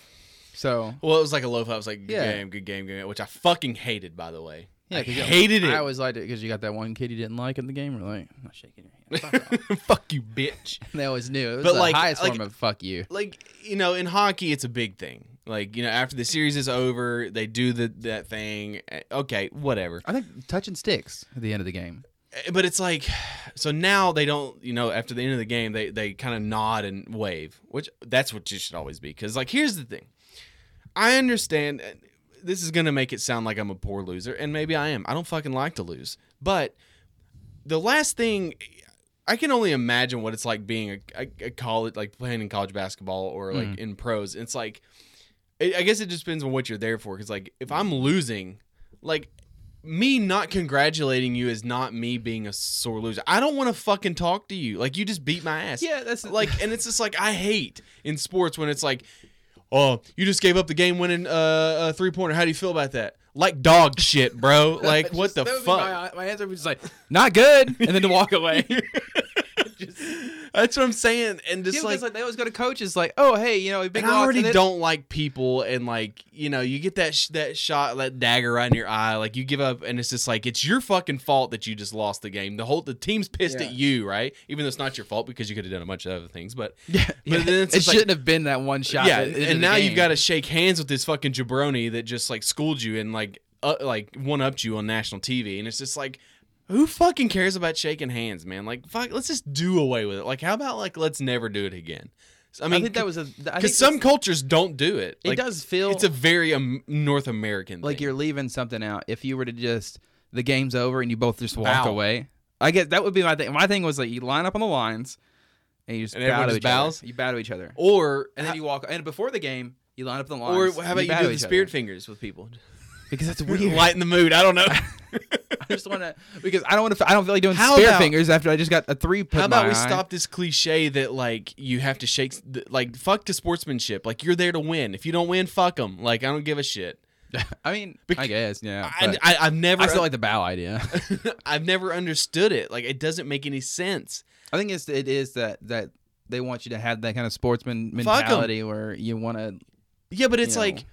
S1: So
S2: well, it was like a low five. It was like good
S1: Yeah.
S2: game, good game, good game, which I fucking hated. By the way,
S1: yeah,
S2: I
S1: 'cause you-
S2: hated it.
S1: I always liked it because you got that one kid you didn't like in the game. We're like, I'm not shaking your hand. Fuck off.
S2: Fuck you, bitch.
S1: they always knew it was
S2: But,
S1: the
S2: like-
S1: highest
S2: like-
S1: form of fuck you.
S2: like you know in hockey it's a big thing like you know after the series is over they do the that thing Eh, okay whatever
S1: I think touching sticks at the end of the game.
S2: Eh, but it's like so now they don't you know after the end of the game they they kind of nod and wave which that's what you should always be because like here's the thing i understand eh, this is gonna make it sound like i'm a poor loser and maybe i am i don't fucking like to lose but the last thing I can only imagine what it's like being a, a, a college, like playing in college basketball or like in pros. It's like, it, I guess it just depends on what you're there for. Because like, if I'm losing, like me not congratulating you is not me being a sore loser. I don't want to fucking talk to you. Like you just beat my ass.
S1: Yeah, that's-
S2: like, and it's just like I hate in sports when it's like, oh, you just gave up the game winning uh, uh three pointer. How do you feel about that? Like dog shit, bro. Like what the fuck?
S1: My, answer was like, not good, and then to walk away.
S2: That's what I'm saying. And just
S1: It's
S2: like,
S1: like, they always go to coaches like, oh hey, you know, we've been
S2: and I
S1: lost,
S2: already
S1: and it-
S2: don't like people, and like you know, you get that sh- that shot, that dagger right in your eye. Like you give up, and it's just like it's your fucking fault that you just lost the game. The whole the team's pissed
S1: Yeah.
S2: at you, right? Even though it's not your fault because you could have done a bunch of other things, but
S1: Yeah,
S2: But then it's
S1: it
S2: just like-
S1: shouldn't have been that one shot.
S2: yeah.
S1: at the end of
S2: And
S1: the
S2: now you've
S1: game.
S2: got to shake hands with this fucking jabroni that just like schooled you and like uh, like one upped you on national TV, and it's just like. Who fucking cares about shaking hands, man? Like, fuck, let's just do away with it. Like, how about like let's never do it again? So, I
S1: I
S2: mean,
S1: think that was a. I think
S2: because some
S1: it's-
S2: cultures don't do it.
S1: it
S2: Like,
S1: does feel
S2: It's a very um, North American.
S1: like
S2: thing.
S1: you're leaving something out. If you were to just the game's over and you both just walk
S2: Bow.
S1: away, I guess that would be my thing. My thing was like you line up on the lines and you just
S2: And
S1: bow to
S2: everyone just
S1: each
S2: bows?
S1: other. You bow to each other,
S2: or
S1: and then you walk. And before the game, you line up on the
S2: or
S1: lines.
S2: how about you,
S1: bow
S2: do
S1: to
S2: the
S1: each
S2: spirit
S1: other.
S2: fingers with people?
S1: because that's weird.
S2: Lighten the mood. I don't know.
S1: I just want to because I don't want to. I don't feel like doing
S2: How
S1: spear
S2: about-
S1: fingers after I just got a three. Put
S2: how
S1: in
S2: about
S1: my
S2: we
S1: eye.
S2: stop this cliche that like you have to shake the, like fuck the sportsmanship. Like you're there to win. If you don't win, fuck them. Like I don't give a shit.
S1: I mean,
S2: Bec-
S1: I guess yeah. Ah,
S2: I,
S1: but
S2: I, I've never
S1: I still like the bow idea.
S2: I've never understood it. Like it doesn't make any sense.
S1: I think it's it is that that they want you to have that kind of sportsman
S2: 'em.
S1: mentality where you want to.
S2: Yeah, but it's
S1: You know.
S2: like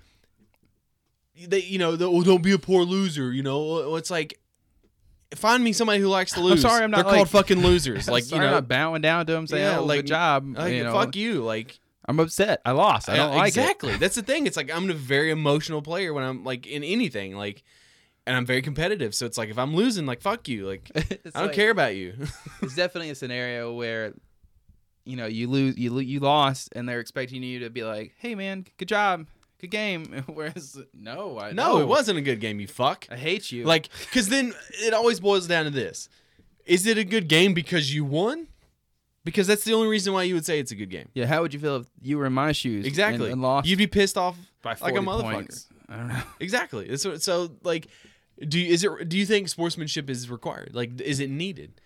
S2: they, you know, the, oh, don't be a poor loser. You know, Oh, it's like find me somebody who likes to lose.
S1: sorry I'm not,
S2: They're called
S1: like-
S2: fucking losers. like you know,
S1: not bowing down to him, saying,
S2: Yeah,
S1: "Oh,
S2: like-
S1: good job."
S2: Like,
S1: you know,
S2: fuck you. Like,
S1: I'm upset. I lost. I don't
S2: yeah,
S1: like
S2: exactly. That's the thing. It's like I'm a very emotional player when I'm like in anything. Like, and I'm very competitive. So it's like if I'm losing, like fuck you. Like
S1: it. It's
S2: I don't
S1: like-
S2: care about you.
S1: It's definitely a scenario where, you know, you lose, you lo- you lost, and they're expecting you to be like, "Hey, man, good job, good game." Whereas, no, I
S2: no, it wasn't a good game. You fuck.
S1: I hate you.
S2: Like, because then it always boils down to this: Is it a good game because you won? Because that's the only reason why you would say it's a good game.
S1: yeah, how would you feel if you were in my shoes?
S2: Exactly.
S1: and, and lost
S2: You'd be pissed off
S1: by
S2: like
S1: 40
S2: a motherfucker.
S1: points. I don't know.
S2: Exactly. That's what, so like, do you, is it? Do you think sportsmanship is required? Like, is it needed?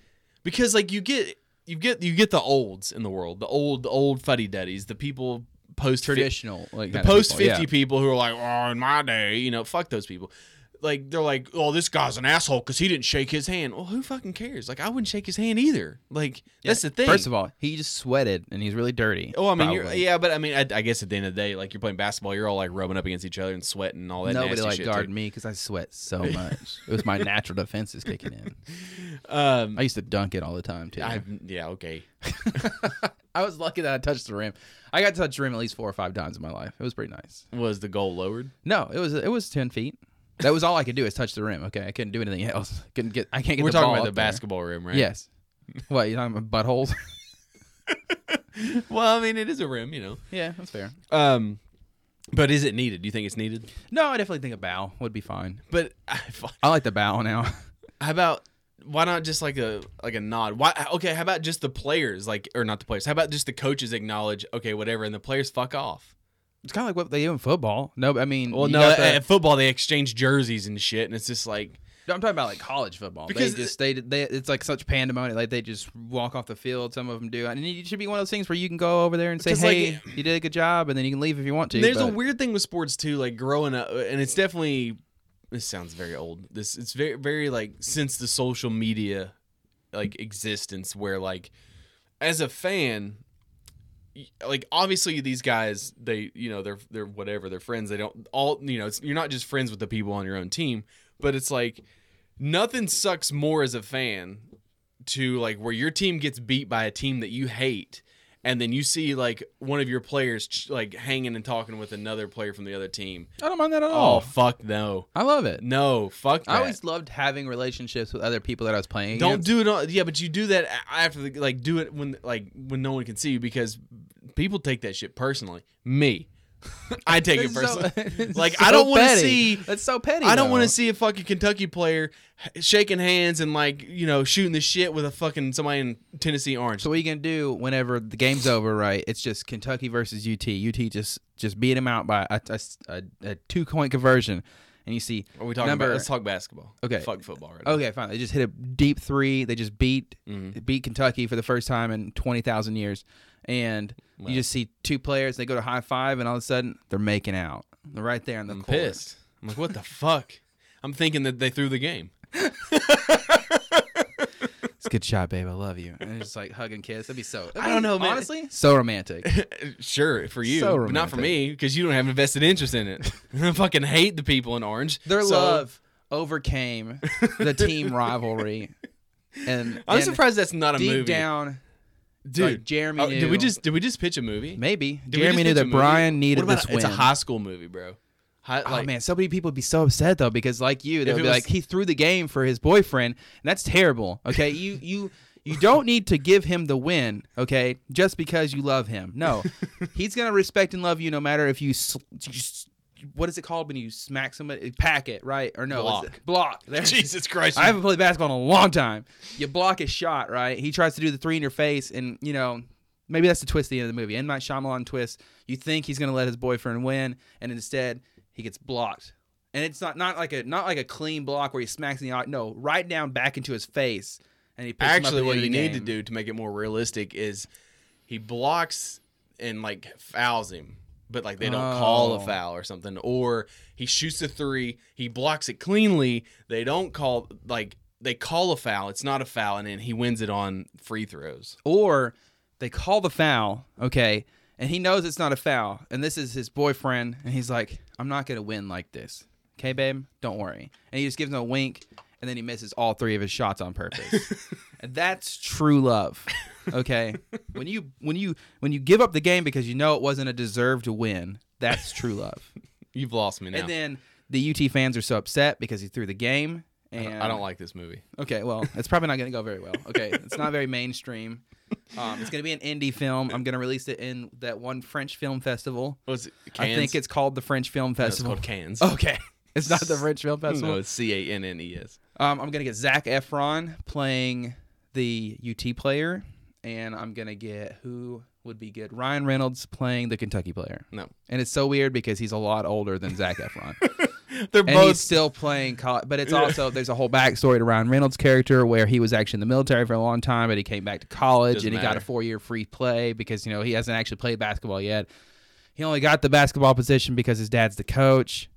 S2: Because like you get you get you get the olds in the world, the old the old fuddy duddies, the people post
S1: Traditional, like
S2: the
S1: kind of
S2: post
S1: people, yeah.
S2: fifty people who are like, oh, in my day, you know, fuck those people. Like they're like, oh, this guy's an asshole because he didn't shake his hand. Well, who fucking cares? Like I wouldn't shake his hand either. Like that's the thing.
S1: First of all, he just sweated and he's really dirty.
S2: Oh, I mean, you're,
S1: probably.
S2: yeah, but I mean, I, I guess at the end of the day, like you're playing basketball, you're all like rubbing up against each other and sweating and all that.
S1: nobody
S2: nasty
S1: like
S2: shit, too.
S1: guarded me because I sweat so much. it was my natural defenses kicking in.
S2: Um,
S1: I used to dunk it all the time too.
S2: I,
S1: I,
S2: yeah, okay.
S1: was lucky that I touched the rim. I got to touch the rim at least four or five times in my life. It was pretty nice.
S2: Was the goal lowered?
S1: No, it was it was ten feet. That was all I could do is touch the rim. Okay, I couldn't do anything else. Couldn't get. I can't get.
S2: We're
S1: the
S2: talking
S1: ball
S2: about the
S1: up there.
S2: basketball rim, right?
S1: Yes. What you talking about buttholes?
S2: Well, I mean, it is a rim, you know.
S1: yeah, that's fair.
S2: Um, but is it needed? Do you think it's needed?
S1: No, I definitely think a bow would be fine.
S2: But I-
S1: I like the bow now.
S2: how about why not just like a like a nod? Why? Okay, how about just the players like or not the players? How about just the coaches acknowledge okay, whatever, and the players fuck off?
S1: It's kind of like what they do in football. No, I mean,
S2: Well,
S1: you
S2: no,
S1: got
S2: at,
S1: the-
S2: at football they exchange jerseys and shit, and it's just like
S1: No, I'm talking about like college football.
S2: Because
S1: they just they, they it's like such pandemonium. Like they just walk off the field. Some of them do, and it should be one of those things where you can go over there and say,
S2: Because, like,
S1: "Hey, you did a good job," and then you can leave if you want to.
S2: There's a
S1: but-
S2: weird thing with sports too, like growing up, and it's definitely. This sounds very old. This it's very very like since the social media, like existence where like as a fan y- like obviously these guys they you know they're they're whatever they're friends they don't all you know it's, you're not just friends with the people on your own team but it's like nothing sucks more as a fan to like where your team gets beat by a team that you hate and then you see like one of your players ch- like hanging and talking with another player from the other team
S1: I don't mind that at
S2: oh
S1: all.
S2: fuck no
S1: I love it.
S2: no fuck that.
S1: I always loved having relationships with other people that I was playing.
S2: Don't
S1: against.
S2: do it. On, yeah, but you do that a- after the like. Do it when like when no one can see you because people take that shit personally. Me, I take it
S1: It's so-
S2: personally.
S1: it's
S2: Like, I don't wanna
S1: petty.
S2: see-
S1: That's so petty.
S2: I don't
S1: though.
S2: want to see a fucking Kentucky player h- shaking hands and like you know shooting the shit with a fucking somebody in Tennessee Orange.
S1: So what you gonna do whenever the game's over? Right, it's just Kentucky versus UT. UT just just beat him out by a, a- a- a two point conversion, and you see
S2: Are we talking
S1: number-
S2: about? Let's talk basketball.
S1: Okay. Uh,
S2: Fuck football. Right
S1: Okay, fine. They just hit a deep three. They just beat
S2: Mm-hmm.
S1: beat Kentucky for the first time in twenty thousand years, and you just see two players. They go to high five, and all of a sudden they're making out. They're right there on the
S2: I'm
S1: court.
S2: pissed. I'm like, what the fuck? I'm thinking that they threw the game.
S1: It's a good shot, babe. I love you. And just like hug and kiss. That'd be so.
S2: I don't know, man.
S1: Honestly, so romantic.
S2: Sure, for you,
S1: So
S2: but not for
S1: romantic.
S2: me because you don't have a vested interest in it. I fucking hate the people in Orange.
S1: Their
S2: so-
S1: love overcame the team rivalry, and
S2: I'm
S1: and
S2: surprised that's not a
S1: Deep
S2: movie,
S1: down,
S2: dude.
S1: like, Jeremy
S2: oh, did we
S1: knew-
S2: just did we just pitch a movie?
S1: maybe
S2: Did we
S1: Jeremy knew
S2: just pitch a
S1: that
S2: movie?
S1: Brian needed
S2: What about
S1: this win.
S2: a- It's a high school movie, bro. High,
S1: Oh
S2: like,
S1: man, so many people would be so upset though because like you, they'll
S2: If it
S1: be
S2: was-
S1: like, he threw the game for his boyfriend, and that's terrible. Okay, you you you don't need to give him the win. Okay, just because you love him, no, he's gonna respect and love you no matter if you. Sl- you s- what is it called when you smack somebody? Pack it, right? Or no?
S2: Block.
S1: is it- Block. There-
S2: Jesus Christ!
S1: I haven't played basketball in a long time. You block his shot, right? He tries to do the three in your face, and you know maybe that's the twist at the end of the movie. In my Shyamalan twist, you think he's gonna let his boyfriend win, and instead he gets blocked. And it's not not like a not like a clean block where he smacks in the eye. No, right down back into his face, and he picks him up at
S2: Actually,
S1: the
S2: what
S1: end of
S2: you
S1: the
S2: need to
S1: game.
S2: do to make it more realistic is he blocks and like fouls him, but like they don't call a
S1: Oh.
S2: foul or something, or he shoots a three, he blocks it cleanly, they don't call like they call a foul, it's not a foul, and then he wins it on free throws.
S1: or they call the foul, okay, and he knows it's not a foul, and this is his boyfriend, and he's like, I'm not gonna win like this. Okay, babe, don't worry. And he just gives him a wink, and then he misses all three of his shots on purpose. and that's true love. Okay. when you when you when you give up the game because you know it wasn't a deserved win, that's true love.
S2: You've lost me now.
S1: And then the UT fans are so upset because he threw the game. And
S2: I don't like this movie.
S1: Okay, well, it's probably not going to go very well. Okay, it's not very mainstream. Um, it's going to be an indie film. I'm going to release it in that one French film festival.
S2: What's it?
S1: I think
S2: Cannes?
S1: it's Oh, called the French Film
S2: No, it's
S1: Festival.
S2: called Cans.
S1: okay, it's not the French Film Festival.
S2: No, it's C A N N E S.
S1: Um, I'm going to get Zach Efron playing the UT player, and I'm going to get who would be good? Ryan Reynolds playing the Kentucky player.
S2: No,
S1: And it's so weird because he's a lot older than Zach Efron.
S2: they're
S1: and
S2: both.
S1: he's still playing college. But it's also there's a whole backstory to Ryan Reynolds' character where he was actually in the military for a long time, but he came back to college
S2: Doesn't
S1: and he got
S2: matter.
S1: a four year free play because you know he hasn't actually played basketball yet. He only got the basketball position because his dad's the coach.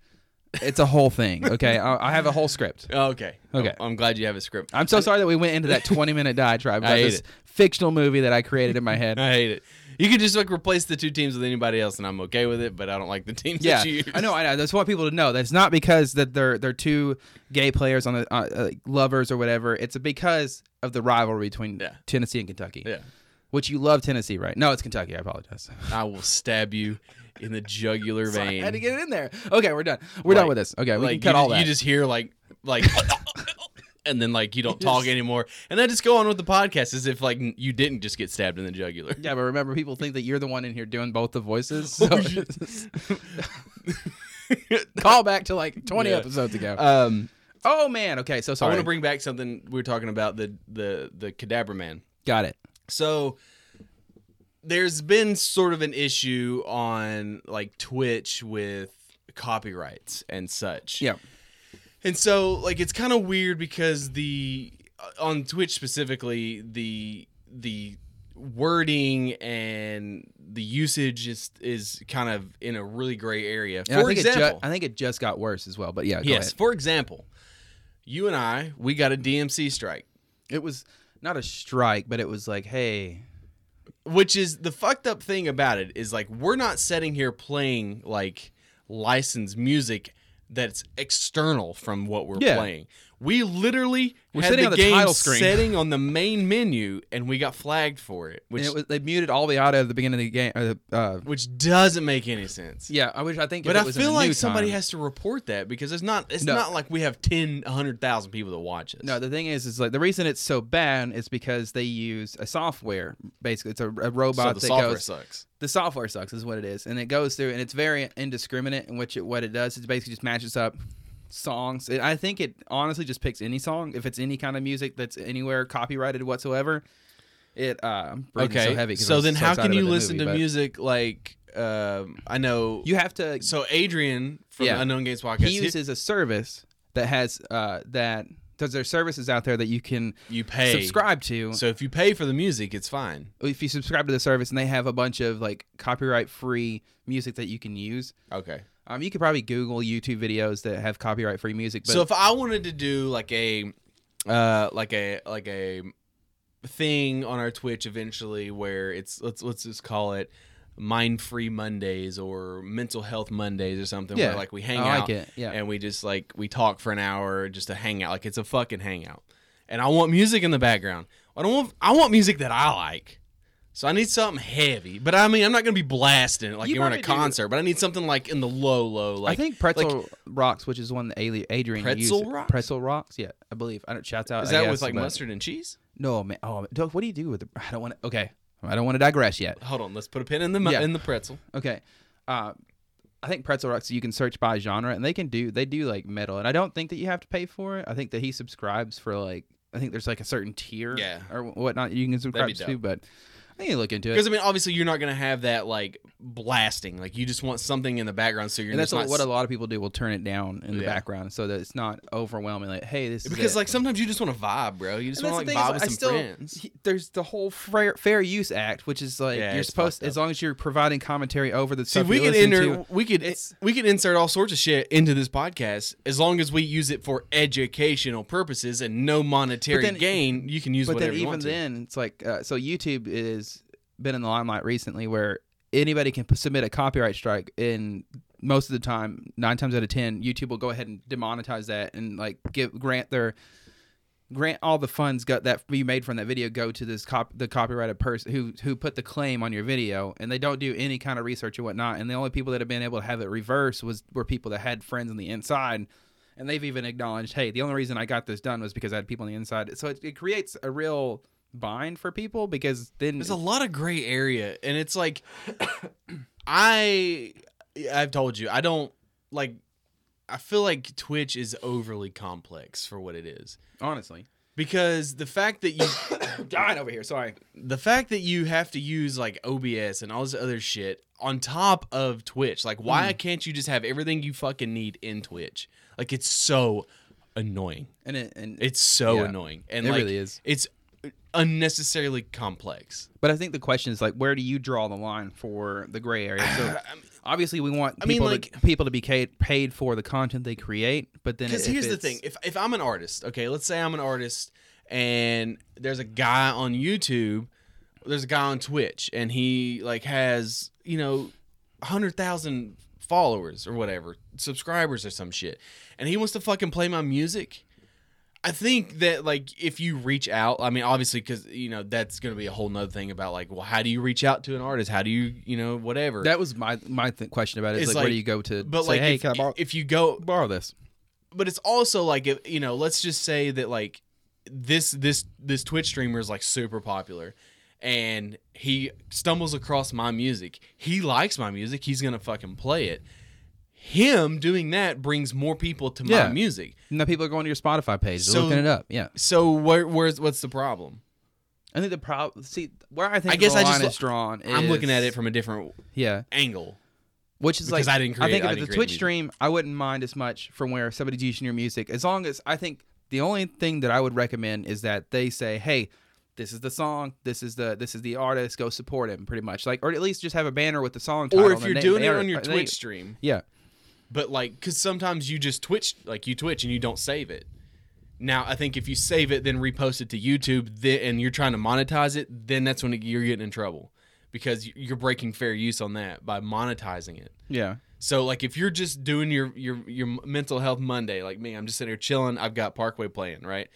S1: It's a whole thing. Okay, I, I have a whole script.
S2: Oh, okay.
S1: Okay.
S2: I'm glad you have a script.
S1: I'm so sorry that we went into that 20 minute diatribe
S2: I
S1: about
S2: hate
S1: this
S2: it.
S1: fictional movie that I created in my head.
S2: I hate it. You could just like replace the two teams with anybody else, and I'm okay with it. But I don't like the teams
S1: Yeah,
S2: that you use.
S1: I know, I know. That's what people to know. That's not because that they're they're two gay players on the uh, uh, lovers or whatever. It's because of the rivalry between
S2: Yeah.
S1: Tennessee and Kentucky.
S2: Yeah,
S1: Which you love Tennessee, right? No, it's Kentucky. I apologize.
S2: I will stab you in the jugular
S1: I
S2: vein.
S1: had to get it in there. Okay, we're done. We're
S2: Like-
S1: done with this. Okay, we
S2: like
S1: can cut
S2: you,
S1: all
S2: ju-
S1: that.
S2: you just hear like like. And then like you don't talk anymore, and then just go on with the podcast as if like you didn't just get stabbed in the jugular.
S1: yeah, but remember, people think that you're the one in here doing both the voices.
S2: Oh,
S1: So call back to like 20
S2: Yeah.
S1: episodes ago.
S2: Um,
S1: oh man. Okay, so
S2: I
S1: sorry.
S2: want to bring back something we were talking about the the the Cadaver Man.
S1: Got it.
S2: So there's been sort of an issue on like Twitch with copyrights and such.
S1: Yeah.
S2: And so like it's kind of weird because the uh, on Twitch specifically the the wording and the usage is is kind of in a really gray area.
S1: And I
S2: For
S1: think it
S2: example,
S1: ju- I think it just got worse as well. But yeah, go
S2: yes,
S1: ahead.
S2: for example, you and I we got a DMC strike.
S1: it was not a strike, but it was like, hey,
S2: Which is the fucked up thing about it is like we're not sitting here playing like licensed music that's external from what we're
S1: Yeah.
S2: playing. We literally
S1: We're
S2: had
S1: sitting on
S2: the
S1: the
S2: game
S1: title screen.
S2: setting on the main menu and we got flagged for it, which
S1: and it was, they muted all the audio at the beginning of the game. Or the, uh,
S2: which doesn't make any sense.
S1: yeah, I wish I think.
S2: But
S1: if
S2: I
S1: it was in
S2: feel
S1: the
S2: like
S1: new
S2: somebody
S1: time-
S2: has to report that because it's not it's
S1: No.
S2: not like we have 10 100,000 people that watch us.
S1: No, the thing is, is like the reason it's so bad is because they use a software. Basically, it's a, a
S2: so
S1: robot
S2: the
S1: that
S2: software
S1: goes.
S2: sucks.
S1: The software sucks, is what it is, and it goes through, and it's very indiscriminate in which it what it does. It basically just matches up songs. It, I think it honestly just picks any song if it's any kind of music that's anywhere copyrighted whatsoever. It uh, I'm breathing
S2: Okay.
S1: so heavy. 'cause I was
S2: then how
S1: excited
S2: can you
S1: about the
S2: listen
S1: movie,
S2: to
S1: but
S2: music like um I know
S1: You have to.
S2: so Adrian from
S1: Yeah.
S2: Unknown Games podcast
S1: He uses a service that has uh, that. There's there's services out there that you can
S2: you pay
S1: subscribe to.
S2: So if you pay for the music, it's fine.
S1: if you subscribe to the service and they have a bunch of like copyright free music that you can use
S2: Okay.
S1: um, you could probably google youtube videos that have copyright free music but
S2: so if I wanted to do like a uh like a like a thing on our Twitch eventually where it's let's let's just call it mind free Mondays or mental health Mondays or something
S1: Yeah. Oh,
S2: where like we hang
S1: I
S2: out
S1: like it yeah
S2: and we just like we talk for an hour just to hang out like it's a fucking hangout and i want music in the background i don't want i want music that i like so i need something heavy but i mean i'm not gonna be blasting it like
S1: You
S2: you are in a
S1: probably do.
S2: concert but i need something like in the low low like
S1: i think pretzel rocks which is one that Ali- adrian
S2: Pretzel
S1: used,
S2: Rocks?
S1: pretzel rocks yeah i believe i don't shout out
S2: is
S1: I
S2: that
S1: guess,
S2: with like
S1: but-
S2: mustard and cheese
S1: no man oh Doug, what do you do with the i don't want to okay i don't want to digress yet
S2: hold on let's put a pin in the mu-
S1: Yeah.
S2: in the pretzel
S1: okay uh I think Pretzel Rocks you can search by genre and they can do they do like metal and I don't think that you have to pay for it. I think that he subscribes for like I think there's like a certain tier
S2: Yeah.
S1: or whatnot you can subscribe
S2: That'd be
S1: to, but I need to look into it.
S2: because i mean obviously you're not gonna have that like blasting like you just want something in the background so you're
S1: And that's
S2: just not
S1: what a lot of people do. Will turn it down in the
S2: Yeah.
S1: background so that it's not overwhelming. Like, hey, this is
S2: because
S1: it.
S2: like sometimes you just want to vibe bro you just
S1: And
S2: want to like
S1: that's the
S2: vibe
S1: thing is,
S2: with
S1: I still-
S2: some friends
S1: he- there's the whole fair, fair use act, which is like
S2: Yeah,
S1: you're
S2: it's
S1: supposed
S2: fucked
S1: as long as you're providing commentary over the
S2: See,
S1: stuff
S2: we
S1: you're
S2: could
S1: listening
S2: enter,
S1: to.
S2: we could,
S1: it's-
S2: we could insert all sorts of shit into this podcast as long as we use it for educational purposes and no monetary
S1: But then- e-
S2: gain. You can use
S1: but
S2: whatever
S1: then
S2: you
S1: even
S2: want
S1: then it's like uh, so youtube is been in the limelight recently where anybody can p- submit a copyright strike and most of the time nine times out of ten youtube will go ahead and demonetize that and like give grant their grant all the funds got that you made from that video go to this cop the copyrighted person who who put the claim on your video and they don't do any kind of research or whatnot and the only people that have been able to have it reversed was were people that had friends on the inside and they've even acknowledged hey the only reason i got this done was because i had people on the inside so it, it creates a real bind for people because then
S2: to. There's a lot of gray area, and it's like, I, I've told you, I don't like. I feel like Twitch is overly complex for what it is
S1: honestly
S2: because the fact that you
S1: dying over here sorry
S2: the fact that you have to use like OBS and all this other shit on top of Twitch, like
S1: Hmm.
S2: why can't you just have everything you fucking need in Twitch? Like it's so annoying.
S1: and it, and
S2: It's so
S1: Yeah.
S2: annoying, and
S1: It
S2: like,
S1: really is.
S2: It's unnecessarily complex.
S1: but i think the question is like where do you draw the line for the gray area so obviously we want
S2: I mean,
S1: people to,
S2: like-
S1: people to be ca- paid for the content they create but then
S2: Because
S1: if
S2: here's the
S1: it's-
S2: thing: if if I'm an artist, okay, let's say I'm an artist, and there's a guy on YouTube, there's a guy on Twitch, and he like has you know, hundred thousand followers or whatever, subscribers or some shit, and he wants to fucking play my music. I think that like if you reach out, I mean obviously because you know that's gonna be a whole nother thing about like well how do you reach out to an artist? How do you you know whatever?
S1: that was my my th- question about it is
S2: It's
S1: like, where
S2: like-
S1: do you go to
S2: but
S1: say,
S2: like
S1: hey
S2: if,
S1: can i borrow,
S2: if you go
S1: borrow this
S2: but it's also like if you know let's just say that like this this this twitch streamer is like super popular and he stumbles across my music he likes my music he's gonna fucking play it him doing that brings more people to my
S1: Yeah.
S2: music
S1: now people are going to your spotify page they're
S2: So-
S1: looking it up yeah
S2: so where, where's what's the problem
S1: i think the problem see where i think
S2: I guess
S1: the
S2: I just
S1: line
S2: lo-
S1: is drawn
S2: i'm looking at
S1: is-
S2: it from a different
S1: yeah
S2: angle
S1: Which is
S2: Because
S1: like
S2: I didn't create-
S1: think
S2: I
S1: if
S2: didn't
S1: it's a
S2: create
S1: Twitch
S2: music.
S1: stream, I wouldn't mind as much from where somebody's using your music, as long as I think the only thing that I would recommend is that they say, "Hey, this is the song, this is the this is the artist, go support him," pretty much, like or at least just have a banner with the song. Title
S2: or if
S1: and
S2: you're
S1: the
S2: doing it
S1: banner-
S2: on your
S1: uh, they-
S2: twitch stream
S1: yeah,
S2: but like because sometimes you just twitch like you twitch and you don't save it Now, I think if you save it, then repost it to YouTube, th- and you're trying to monetize it, then that's when you're getting in trouble because y- you're breaking fair use on that by monetizing it.
S1: Yeah.
S2: So, like, if you're just doing your your your mental health Monday, like me, I'm just sitting here chilling. I've got Parkway playing, right?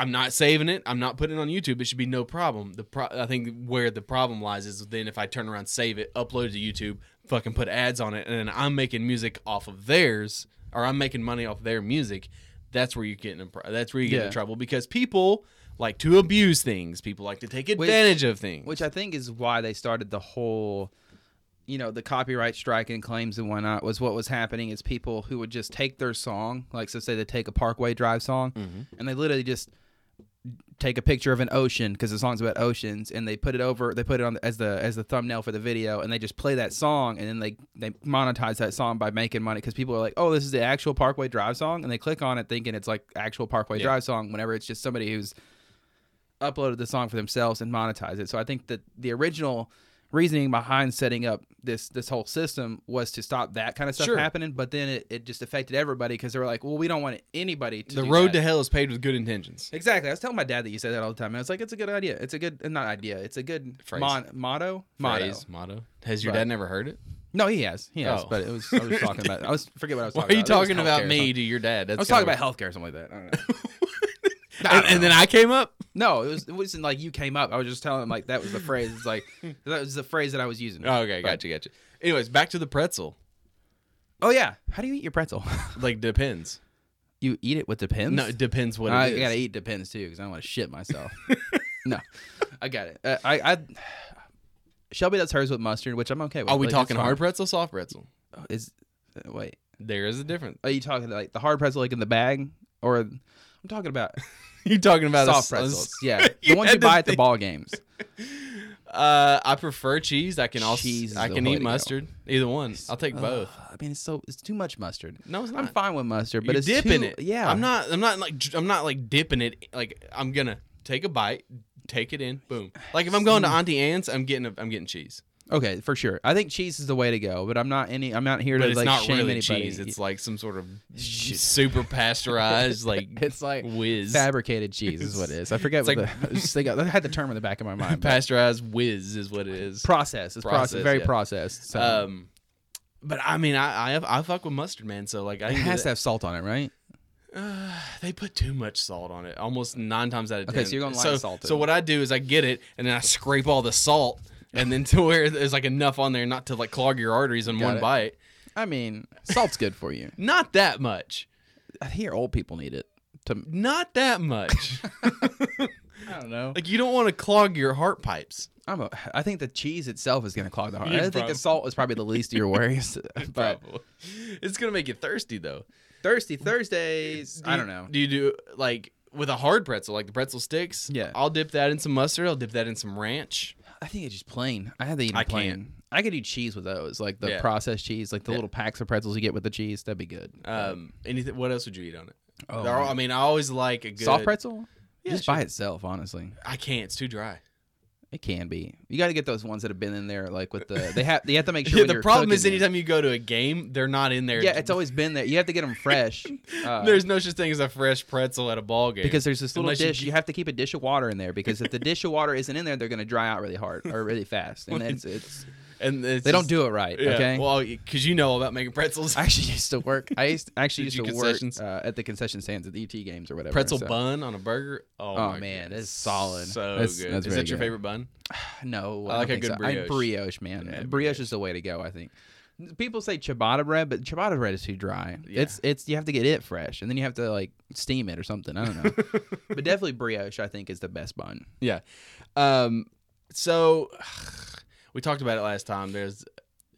S2: I'm not saving it. I'm not putting it on YouTube. It should be no problem. The pro- I think where the problem lies is then if I turn around, save it, upload it to YouTube, fucking put ads on it, and then I'm making music off of theirs, or I'm making money off their music. That's where you're getting in pro- that's where you get
S1: Yeah.
S2: in trouble because people like to abuse things. People like to take advantage of things.
S1: Which I think is why they started the whole, you know, the copyright strike and claims and whatnot was what was happening is people who would just take their song, like so say they take a Parkway Drive song,
S2: Mm-hmm.
S1: and they literally just take a picture of an ocean because the song's about oceans, and they put it over, they put it on as the as the thumbnail for the video, and they just play that song, and then they they monetize that song by making money because people are like, oh, this is the actual Parkway Drive song, and they click on it thinking it's like actual Parkway
S2: Yeah.
S1: Drive song, whenever it's just somebody who's uploaded the song for themselves and monetize it. So I think that the original reasoning behind setting up this this whole system was to stop that kind of stuff
S2: Sure.
S1: happening. But then it, it just affected everybody because they were like, well, we don't want anybody to
S2: the
S1: do
S2: road
S1: that.
S2: to hell is paved with good intentions.
S1: Exactly. I was telling my dad that you said that all the time, and I was like, "It's a good idea. It's a good, not idea. It's a good
S2: Phrase.
S1: mon- motto. Motto.
S2: Phrase, motto. Has your
S1: But-
S2: dad never heard it?
S1: No, he has. He has.
S2: Oh.
S1: But it was. I was talking about. I was forget what I was
S2: Why
S1: talking.
S2: are you
S1: about. It was
S2: talking about
S1: healthcare or
S2: me
S1: something.
S2: to your dad? That's
S1: I was
S2: kinda
S1: talking about
S2: weird.
S1: healthcare or something like that. I don't know.
S2: and, and then I came up.
S1: No, it was. It wasn't like you came up. I was just telling him like that was the phrase. It's like that was the phrase that I was using.
S2: Oh, okay, gotcha, gotcha. Anyways, back to the pretzel.
S1: Oh yeah. How do you eat your pretzel?
S2: Like depends.
S1: you eat it with the pins?
S2: No, it depends what
S1: I
S2: it is.
S1: gotta eat the pins too because I don't want to shit myself. no, I got it. Uh, I, I Shelby does hers with mustard, which I'm okay with.
S2: Are we
S1: Like, it's
S2: talking
S1: fine.
S2: hard pretzel, soft pretzel?
S1: Is uh, wait,
S2: There is a difference.
S1: are you talking like the hard pretzel like in the bag, or I'm talking about
S2: You talking about a
S1: soft
S2: Uh, s-
S1: pretzels? Yeah,
S2: You
S1: the ones
S2: had
S1: you
S2: to
S1: buy at the
S2: think.
S1: ball games.
S2: Uh, I prefer cheese. I can also
S1: Cheese is
S2: I
S1: the
S2: can
S1: way to
S2: eat
S1: go.
S2: mustard. Either one. I'll take both.
S1: Ugh, I mean, it's so it's too much mustard.
S2: No, it's not.
S1: I'm fine with mustard, but
S2: You're
S1: it's
S2: dipping
S1: too-
S2: it.
S1: Yeah,
S2: I'm not. I'm not like. I'm not like dipping it. Like I'm gonna take a bite, take it in, boom. Like if I'm going to Auntie Anne's, I'm getting. A, I'm getting cheese.
S1: okay for sure. I think cheese is the way to go, but I'm not any. I'm not here
S2: But
S1: to
S2: it's
S1: like
S2: not
S1: shame
S2: really
S1: anybody.
S2: cheese. It's like some sort of super pasteurized, like
S1: It's like
S2: whiz.
S1: fabricated cheese is what it is. I forget.
S2: It's
S1: what
S2: like-
S1: the, I was just thinking, I had the term in the back of my mind. but-
S2: pasteurized whiz is what it is.
S1: process. It's process.
S2: Process,
S1: very
S2: yeah.
S1: processed. So.
S2: Um, but I mean, I, I have- I fuck with mustard, man. So like, I
S1: it
S2: can do
S1: has to
S2: that.
S1: have salt on it, right?
S2: they put too much salt on it. Almost nine times out of ten.
S1: Okay, so you're gonna like
S2: so,
S1: salt
S2: So
S1: then.
S2: what I do is I get it and then I scrape all the salt and then to where there's like enough on there not to like clog your arteries in one
S1: it.
S2: bite.
S1: I mean, salt's good for you.
S2: Not that much.
S1: I hear old people need it. To
S2: Not that much.
S1: I don't know.
S2: like you don't want to clog your heart pipes.
S1: I'm a, I think the cheese itself is going to clog the heart.
S2: Yeah,
S1: I think
S2: probably.
S1: the salt is probably the least of your worries. but
S2: Probably. It's gonna make you thirsty though.
S1: thirsty Thursdays.
S2: Do
S1: I
S2: you-
S1: don't know.
S2: Do you do like with a hard pretzel, like the pretzel sticks?
S1: Yeah.
S2: I'll dip that in some mustard. I'll dip that in some ranch.
S1: I think it's just plain. I had to eat 'em
S2: I
S1: plain.
S2: can't.
S1: I could do cheese with those, like the
S2: Yeah.
S1: processed cheese, like the
S2: Yeah.
S1: little packs of pretzels you get with the cheese. That'd be good.
S2: Um, anything? What else would you eat on it?
S1: Oh,
S2: They're all- I mean, I always like a good
S1: Soft pretzel,
S2: Yeah,
S1: just
S2: sure.
S1: by itself, honestly.
S2: I can't. It's too dry.
S1: It can be. You got to get those ones that have been in there, like with the they have. They have to make sure.
S2: Yeah,
S1: when
S2: the
S1: you're
S2: problem is
S1: cooking it-
S2: anytime you go to a game, they're not in there.
S1: Yeah, it's always been there. You have to get them fresh. Uh,
S2: there's no such thing as a fresh pretzel at a ball game
S1: because there's this little
S2: Unless you
S1: dish. You,
S2: get-
S1: have to keep a dish of water in there because if the dish of water isn't in there, they're going to dry out really hard or really fast, and it's, it's
S2: and it's
S1: they don't
S2: just-
S1: do it right.
S2: yeah,
S1: okay.
S2: Well, because you know about making pretzels,
S1: I actually used to work. I used I actually
S2: Did
S1: used
S2: you
S1: to work
S2: concessions?
S1: uh, at the concession stands at the ET games or whatever.
S2: pretzel
S1: so-
S2: bun on a burger. Oh,
S1: Oh,
S2: my
S1: man,
S2: God.
S1: that's solid.
S2: So
S1: That's-
S2: good.
S1: that's
S2: is
S1: very
S2: that your
S1: good.
S2: favorite bun?
S1: No,
S2: I like
S1: don't
S2: a
S1: think
S2: good
S1: so. I-
S2: brioche.
S1: brioche, man. brioche, is the way to go. I think. People say ciabatta bread, but ciabatta bread is too dry.
S2: Yeah.
S1: It's it's you have to get it fresh, and then you have to like steam it or something. I don't know, but definitely brioche. I think is the best bun.
S2: Yeah. Um. So we talked about it last time. There's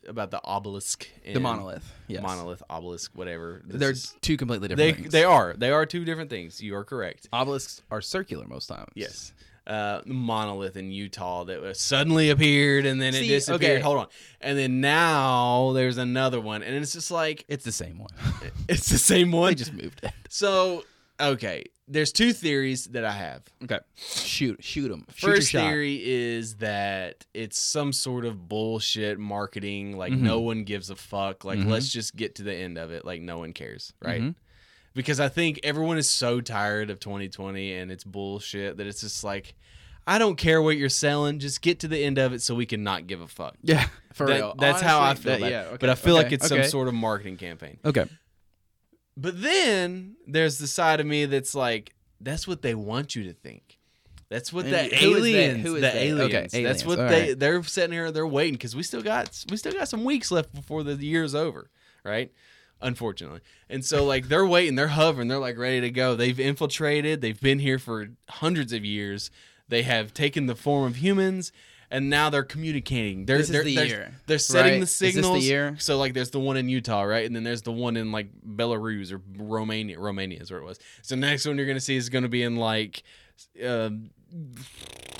S2: about the obelisk,
S1: The
S2: in-
S1: monolith, yes.
S2: monolith, obelisk, whatever. This
S1: They're
S2: is-
S1: two completely
S2: they
S1: different. things. Uh,
S2: they are they are two different things. You are correct.
S1: Obelisks are circular most times.
S2: Yes. Uh, the monolith in Utah that was suddenly appeared and then it
S1: See,
S2: disappeared.
S1: okay.
S2: Hold on, and then now there's another one, and it's just like
S1: It's the same one.
S2: it's the same
S1: they
S2: one.
S1: just moved it.
S2: So okay, there's two theories that I have.
S1: Okay. Shoot. Shoot them. Shoot your
S2: First
S1: shot.
S2: theory is that it's some sort of bullshit
S1: Mm-hmm.
S2: marketing. Like no one gives a fuck. Like
S1: Mhm.
S2: let's just get to the end of it. Like no one cares, right?
S1: Mhm.
S2: because I think everyone is so tired of 2020 and it's bullshit that it's just like, I don't care what you're selling, just get to the end of it so we can not give a fuck.
S1: Yeah, for
S2: That-
S1: real.
S2: That's how I
S1: Honestly,
S2: feel.
S1: that-
S2: about it.
S1: yeah, okay,
S2: but I feel
S1: okay,
S2: like it's
S1: okay,
S2: some sort of marketing campaign.
S1: Okay.
S2: But then there's the side of me that's like, that's what they want you to think. That's what
S1: And
S2: the
S1: who is they?
S2: aliens,
S1: Who
S2: the
S1: is they?
S2: aliens.
S1: Okay, aliens,
S2: That's what
S1: all
S2: they
S1: right.
S2: they're sitting here. They're waiting because we still got we still got some weeks left before the year's over, right? Unfortunately, and so like they're waiting, they're hovering, they're like ready to go. They've infiltrated. They've been here for hundreds of years. They have taken the form of humans, and now they're communicating. They're
S1: This is
S2: they're,
S1: the
S2: they're,
S1: year,
S2: they're setting
S1: right?
S2: the
S1: Is this the
S2: signals.
S1: year?
S2: So like there's the one in Utah, right? And then there's the one in like Belarus or Romania. Romania is where it was. So the next one you're gonna see is gonna be in like uh,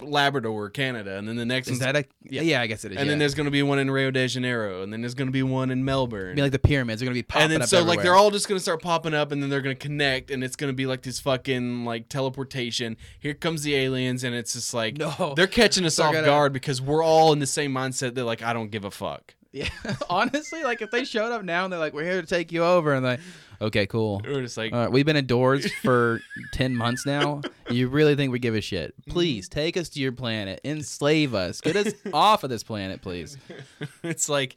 S2: Labrador, Canada, and then the next
S1: Is
S2: one's
S1: that a? Yeah, I guess it is.
S2: and then
S1: yeah.
S2: there's gonna be one in Rio de Janeiro, and then there's gonna be one in Melbourne.
S1: I mean, like the pyramids are gonna be popping
S2: and then
S1: up
S2: so like they're
S1: everywhere.
S2: all just gonna start popping up, and then they're gonna connect, and it's gonna be like this fucking like teleportation. Here comes the aliens, and it's just like
S1: no.
S2: they're catching us
S1: They're
S2: off
S1: gonna-
S2: guard because we're all in the same mindset. They're like, I don't give a fuck.
S1: Yeah. Honestly, like if they showed up now and they're like, "We're here to take you over," and like, okay, cool.
S2: We're just like,
S1: All right, we've been indoors for ten months now. You really think we give a shit? Please take us to your planet, enslave us, get us off of this planet, please.
S2: it's like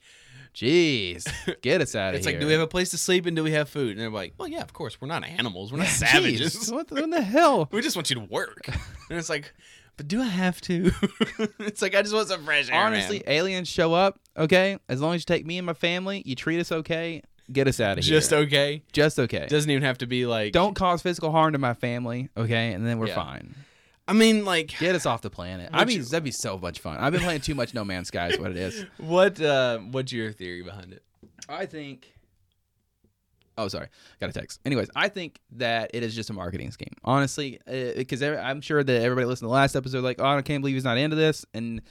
S1: Jeez, get us out of
S2: it's
S1: here.
S2: like, do we have a place to sleep and do we have food? And they're like, well, yeah, of course. We're not animals. We're not
S1: Jeez,
S2: savages.
S1: what, the, what the hell?
S2: We just want you to work. and it's like, but do I have to? it's like I just want some fresh air.
S1: Honestly, aliens show up. Okay, as long as you take me and my family, you treat us okay, get us out of
S2: just
S1: here.
S2: okay.
S1: Just okay.
S2: Doesn't even have to be like.
S1: Don't cause physical harm to my family, okay? And then we're
S2: Yeah.
S1: fine.
S2: I mean, like,
S1: Get us off the planet. I
S2: Would
S1: mean,
S2: you-
S1: that'd be so much fun. I've been playing too much No Man's Sky, is what it is.
S2: what? Uh, what's your theory behind it?
S1: I think. Oh, sorry. Got a text. Anyways, I think that it is just a marketing scheme. Honestly, because I'm sure that everybody listened to the last episode, like, oh, I can't believe he's not into this. And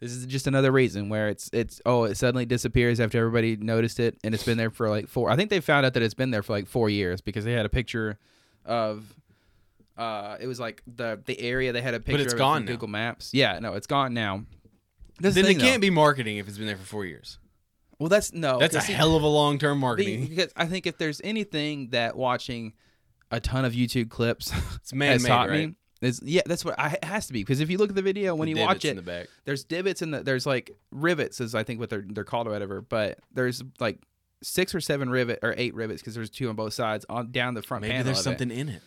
S1: this is just another reason where it's, it's oh, it suddenly disappears after everybody noticed it. And it's been there for like four. I think they found out that it's been there for like four years because they had a picture of. Uh, it was like the the area they had a picture
S2: it's
S1: of it
S2: gone
S1: from
S2: now.
S1: Google Maps. Yeah, no, it's gone now. This
S2: Then it can't be marketing if it's been there for four years.
S1: Well, that's no.
S2: That's a
S1: see,
S2: hell of a long term
S1: Be-
S2: marketing.
S1: because I think if there's anything that watching a ton of YouTube clips
S2: it's
S1: has
S2: man made,
S1: taught
S2: right?
S1: me is yeah, that's what I, it has to be. Because if you look at the video when
S2: The
S1: you watch
S2: divots in
S1: it,
S2: the back.
S1: there's divots and the, there's like rivets is I think what they're they're called or whatever. But there's like six or seven rivet or eight rivets because there's two on both sides on down the front
S2: Maybe
S1: panel.
S2: there's
S1: of it.
S2: something in it.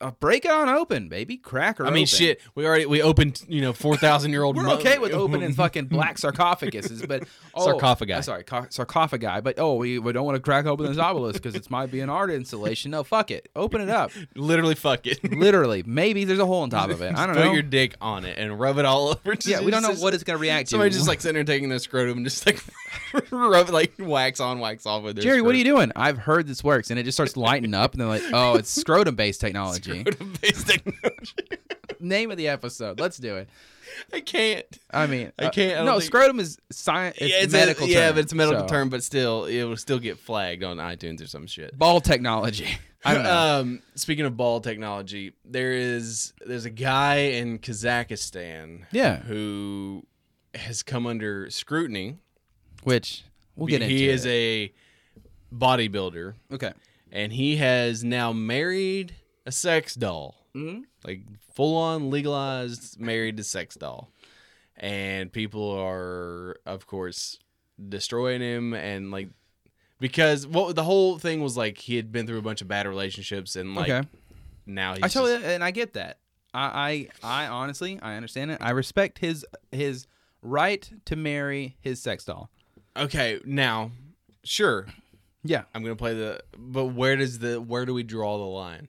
S1: Uh, break it on open, baby. Crack her.
S2: I mean,
S1: open.
S2: shit. We already we opened you know four thousand year old.
S1: We're okay with opening fucking black sarcophaguses, but oh,
S2: Sarcophagi.
S1: I'm sorry, ca- sarcophagi. But oh, we, we don't want to crack open this obelisk because it might be an art installation. No, fuck it, open it up.
S2: Literally, fuck it.
S1: Literally, maybe there's a hole on top of it. I don't
S2: Put
S1: know.
S2: your dick on it and rub it all over.
S1: Yeah, we don't know what it's gonna react to.
S2: Somebody just like sitting there taking their scrotum and just like rub like wax on, wax off with their
S1: Jerry, what are you doing? I've heard this works, and it just starts lighting up, and they're like, "Oh, it's scrotum-based technology."
S2: doing? Based technology.
S1: Name of the episode. Let's do it.
S2: I can't.
S1: I mean,
S2: I
S1: uh,
S2: can't- I don't
S1: no,
S2: think-
S1: scrotum is science. It's
S2: yeah, it's
S1: medical.
S2: a, yeah,
S1: term,
S2: but it's a medical
S1: so.
S2: term, but still, it will still get flagged on iTunes or some shit.
S1: Ball technology. I don't know.
S2: Um, speaking of ball technology, there is there's a guy in Kazakhstan,
S1: Yeah.
S2: who has come under scrutiny.
S1: Which we'll get into.
S2: he is
S1: it.
S2: a bodybuilder.
S1: okay.
S2: and he has now married a sex doll,
S1: Mhm.
S2: like full on legalized married to sex doll, and people are of course destroying him and like because what the whole thing was like he had been through a bunch of bad relationships and like
S1: okay.
S2: now he's
S1: I totally
S2: just-
S1: and I get that. I, I I honestly I understand it. I respect his his right to marry his sex doll.
S2: okay now sure
S1: Yeah,
S2: I'm gonna play the but where does the where do we draw the line?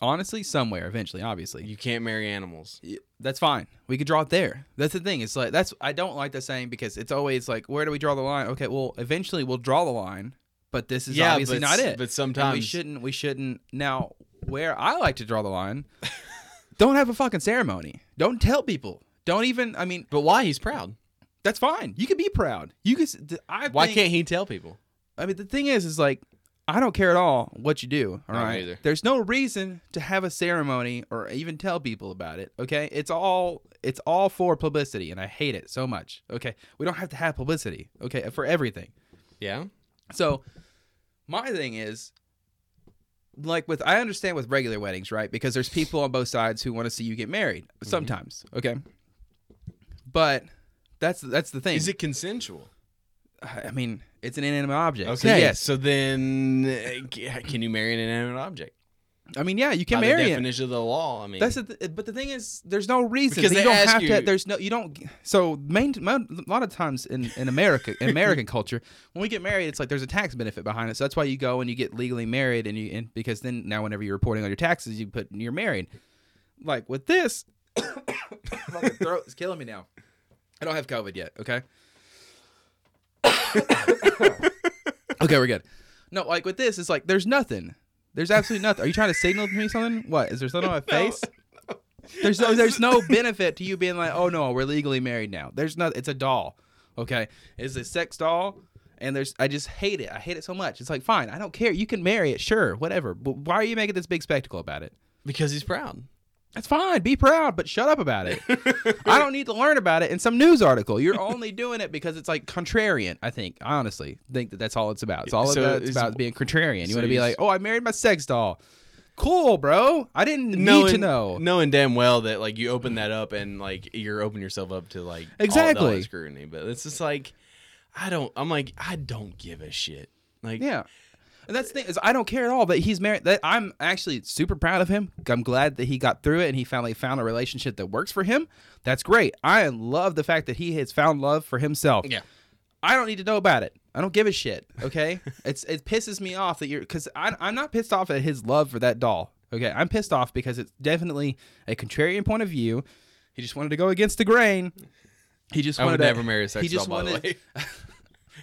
S1: honestly, somewhere eventually, obviously,
S2: You can't marry animals.
S1: that's fine. We could draw it there. That's the thing. It's like that's I don't like the saying because it's always like where do we draw the line? Okay, well, eventually we'll draw the line, but this is obviously
S2: but,
S1: not it.
S2: But
S1: And
S2: sometimes
S1: we shouldn't. We shouldn't. Now, where I like to draw the line, don't have a fucking ceremony. Don't tell people. Don't even. I mean,
S2: But why he's proud?
S1: that's fine. You can be proud. You can. s- th- I
S2: Why
S1: think-
S2: can't he tell people?
S1: I mean, the thing is, is like, I don't care at all what you do. All
S2: I don't
S1: right.
S2: either.
S1: There's no reason to have a ceremony or even tell people about it. Okay. It's all it's all for publicity, and I hate it so much. Okay. We don't have to have publicity. uh, Okay, for everything.
S2: Yeah.
S1: So, my thing is, like with I understand with regular weddings, right? Because there's people on both sides who want to see you get married
S2: Mm-hmm.
S1: sometimes, okay? But that's that's the thing.
S2: Is it consensual?
S1: I mean, it's an inanimate object.
S2: Okay.
S1: so yes.
S2: So then, uh, c- can you marry an inanimate object?
S1: I mean, yeah, you can
S2: By
S1: marry
S2: the
S1: it.
S2: definition of the law. I mean,
S1: That's the th- but the thing is, there's no reason
S2: Because
S1: you
S2: they
S1: don't
S2: ask
S1: have
S2: you-
S1: to. There's no you don't. So main mo- a lot of times in in America, in American culture, when we get married, it's like there's a tax benefit behind it. So that's why you go and you get legally married, and you and because then now whenever you're reporting on your taxes, you put you're married. Like with this, my throat is killing me now. I don't have COVID yet. Okay. okay, we're good. No, like with this, it's like there's nothing. There's absolutely nothing. Are you trying to signal to me something? What is there something on my face? There's no, there's no benefit to you being like, oh no, we're legally married now. There's not. It's a doll. Okay, it's a sex doll, and there's. I just hate it. I hate it so much. It's like, fine, I don't care. You can marry it, sure, whatever. But why are you making this big spectacle about it?
S2: because he's proud.
S1: That's fine. Be proud, but shut up about it. I don't need to learn about it in some news article. You're only doing it because it's like contrarian. I think, I honestly, think that that's all it's about. It's all
S2: So
S1: about, it's
S2: is-
S1: about is being contrarian. You
S2: so
S1: want to be
S2: you-
S1: like, oh, I married my sex doll. Cool, bro. I didn't need to know.
S2: knowing damn well that like you open that up and like you're opening yourself up to like all- all
S1: Exactly.
S2: that scrutiny. But it's just like, I don't. I'm like, I don't give a shit. Like,
S1: Yeah. And that's the thing is I don't care at all that he's married. That I'm actually super proud of him. I'm glad that he got through it and he finally found a relationship that works for him. That's great. I love the fact that he has found love for himself.
S2: Yeah.
S1: I don't need to know about it. I don't give a shit. Okay. it's it pisses me off that you're because I'm not pissed off at his love for that doll. Okay. I'm pissed off because it's definitely a contrarian point of view. He just wanted to go against the grain. He just
S2: I
S1: wanted
S2: would
S1: to-
S2: never marry a sex
S1: he just
S2: doll. By
S1: wanted-
S2: the way,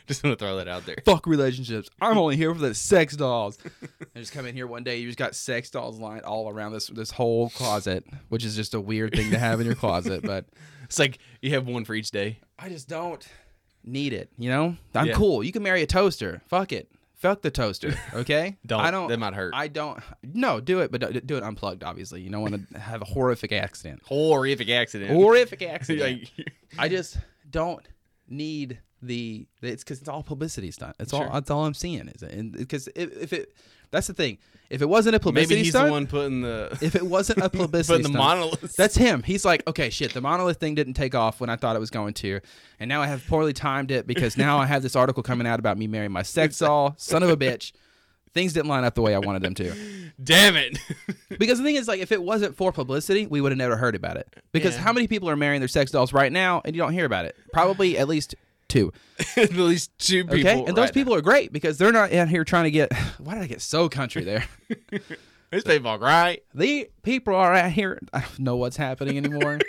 S2: just want to throw that out there.
S1: fuck relationships. I'm only here for the sex dolls. I just come in here one day, you just got sex dolls lined all around this this whole closet, which is just a weird thing to have in your closet, but
S2: It's like you have one for each day.
S1: I just don't need it, you know? I'm
S2: Yeah.
S1: cool. You can marry a toaster. Fuck it. Fuck the toaster, okay?
S2: Don't.
S1: I don't
S2: That might hurt.
S1: I don't no, do it, but do do it unplugged obviously. You don't want to have a horrific accident.
S2: Horrific accident.
S1: Horrific accident.
S2: like,
S1: I just don't need the it's because it's all publicity stunt. It's
S2: Sure.
S1: all that's all I'm seeing is it, and because if, if it that's the thing, if it wasn't a publicity
S2: maybe he's
S1: stunt,
S2: the one putting the
S1: if it wasn't a publicity
S2: putting the
S1: stunt,
S2: monolith.
S1: that's him. He's like, okay, shit, the monolith thing didn't take off when I thought it was going to, and now I have poorly timed it because now I have this article coming out about me marrying my sex doll, son of a bitch. Things didn't line up the way I wanted them to.
S2: damn it.
S1: Because the thing is, like, if it wasn't for publicity, we would have never heard about it. Because
S2: Yeah.
S1: how many people are marrying their sex dolls right now, and you don't hear about it? Probably at least two.
S2: At least two people.
S1: Okay, and those
S2: right
S1: people are great because they're not out here trying to get. Why did I get so country there?
S2: now. These people are right.
S1: the people are out here. I don't know what's happening anymore.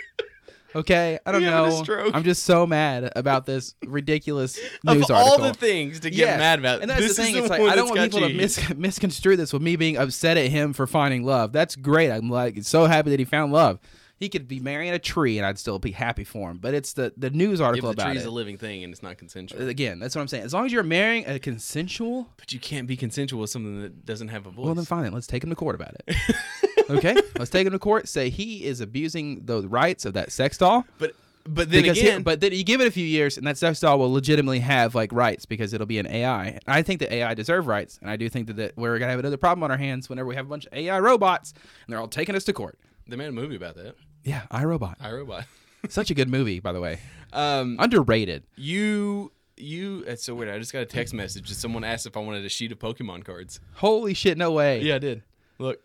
S1: okay, I don't
S2: You having a
S1: know.
S2: stroke?
S1: I'm just so mad about this ridiculous
S2: Of
S1: news
S2: all
S1: article.
S2: the things to get
S1: Yes.
S2: mad about,
S1: And that's
S2: this
S1: the thing.
S2: Is
S1: it's like
S2: one
S1: I don't
S2: that's
S1: want
S2: got
S1: people to
S2: you.
S1: mis- misconstrue this with me being upset at him for finding love. That's great. I'm like so happy that he found love. He could be marrying a tree, and I'd still be happy for him. But it's the the news
S2: If
S1: article
S2: the
S1: about
S2: tree's
S1: it. Uh,
S2: a living thing and it's not consensual,
S1: Again, that's what I'm saying. As long as you're marrying a consensual,
S2: but you can't be consensual with something that doesn't have a voice.
S1: well then fine. Then let's take him to court about it. okay, let's take him to court. Say he is abusing the rights of that sex doll.
S2: but but then
S1: because
S2: again,
S1: here- but then you give it a few years, and that sex doll will legitimately have like rights because it'll be an AI. I think that AI deserve rights, and I do think that, that we're gonna have another problem on our hands whenever we have a bunch of AI robots and they're all taking us to court.
S2: they made a movie about that.
S1: Yeah, iRobot,
S2: iRobot.
S1: such a good movie, by the way,
S2: Um,
S1: underrated.
S2: you you. It's so weird. I just got a text message. that Someone asked if I wanted a sheet of Pokemon cards.
S1: Holy shit, no way,
S2: Yeah, I did. Look,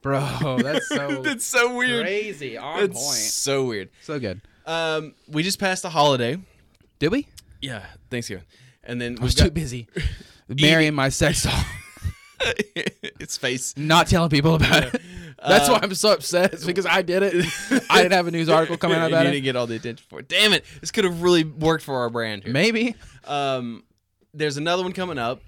S1: bro, that's so
S2: that's so weird.
S1: crazy on
S2: That's
S1: point.
S2: so weird.
S1: So good.
S2: Um, we just passed a holiday.
S1: Did we?
S2: Yeah, Thanksgiving, and then
S1: I was
S2: we've got-
S1: too busy marrying my sex doll,
S2: its face.
S1: not telling people about it. That's
S2: Uh,
S1: why I'm so upset. It's because I did it. I didn't have a news article coming out
S2: you
S1: about
S2: didn't
S1: it.
S2: get all the attention for it. Damn it! This could have really worked for our brand here.
S1: Maybe.
S2: Um, there's another one coming up.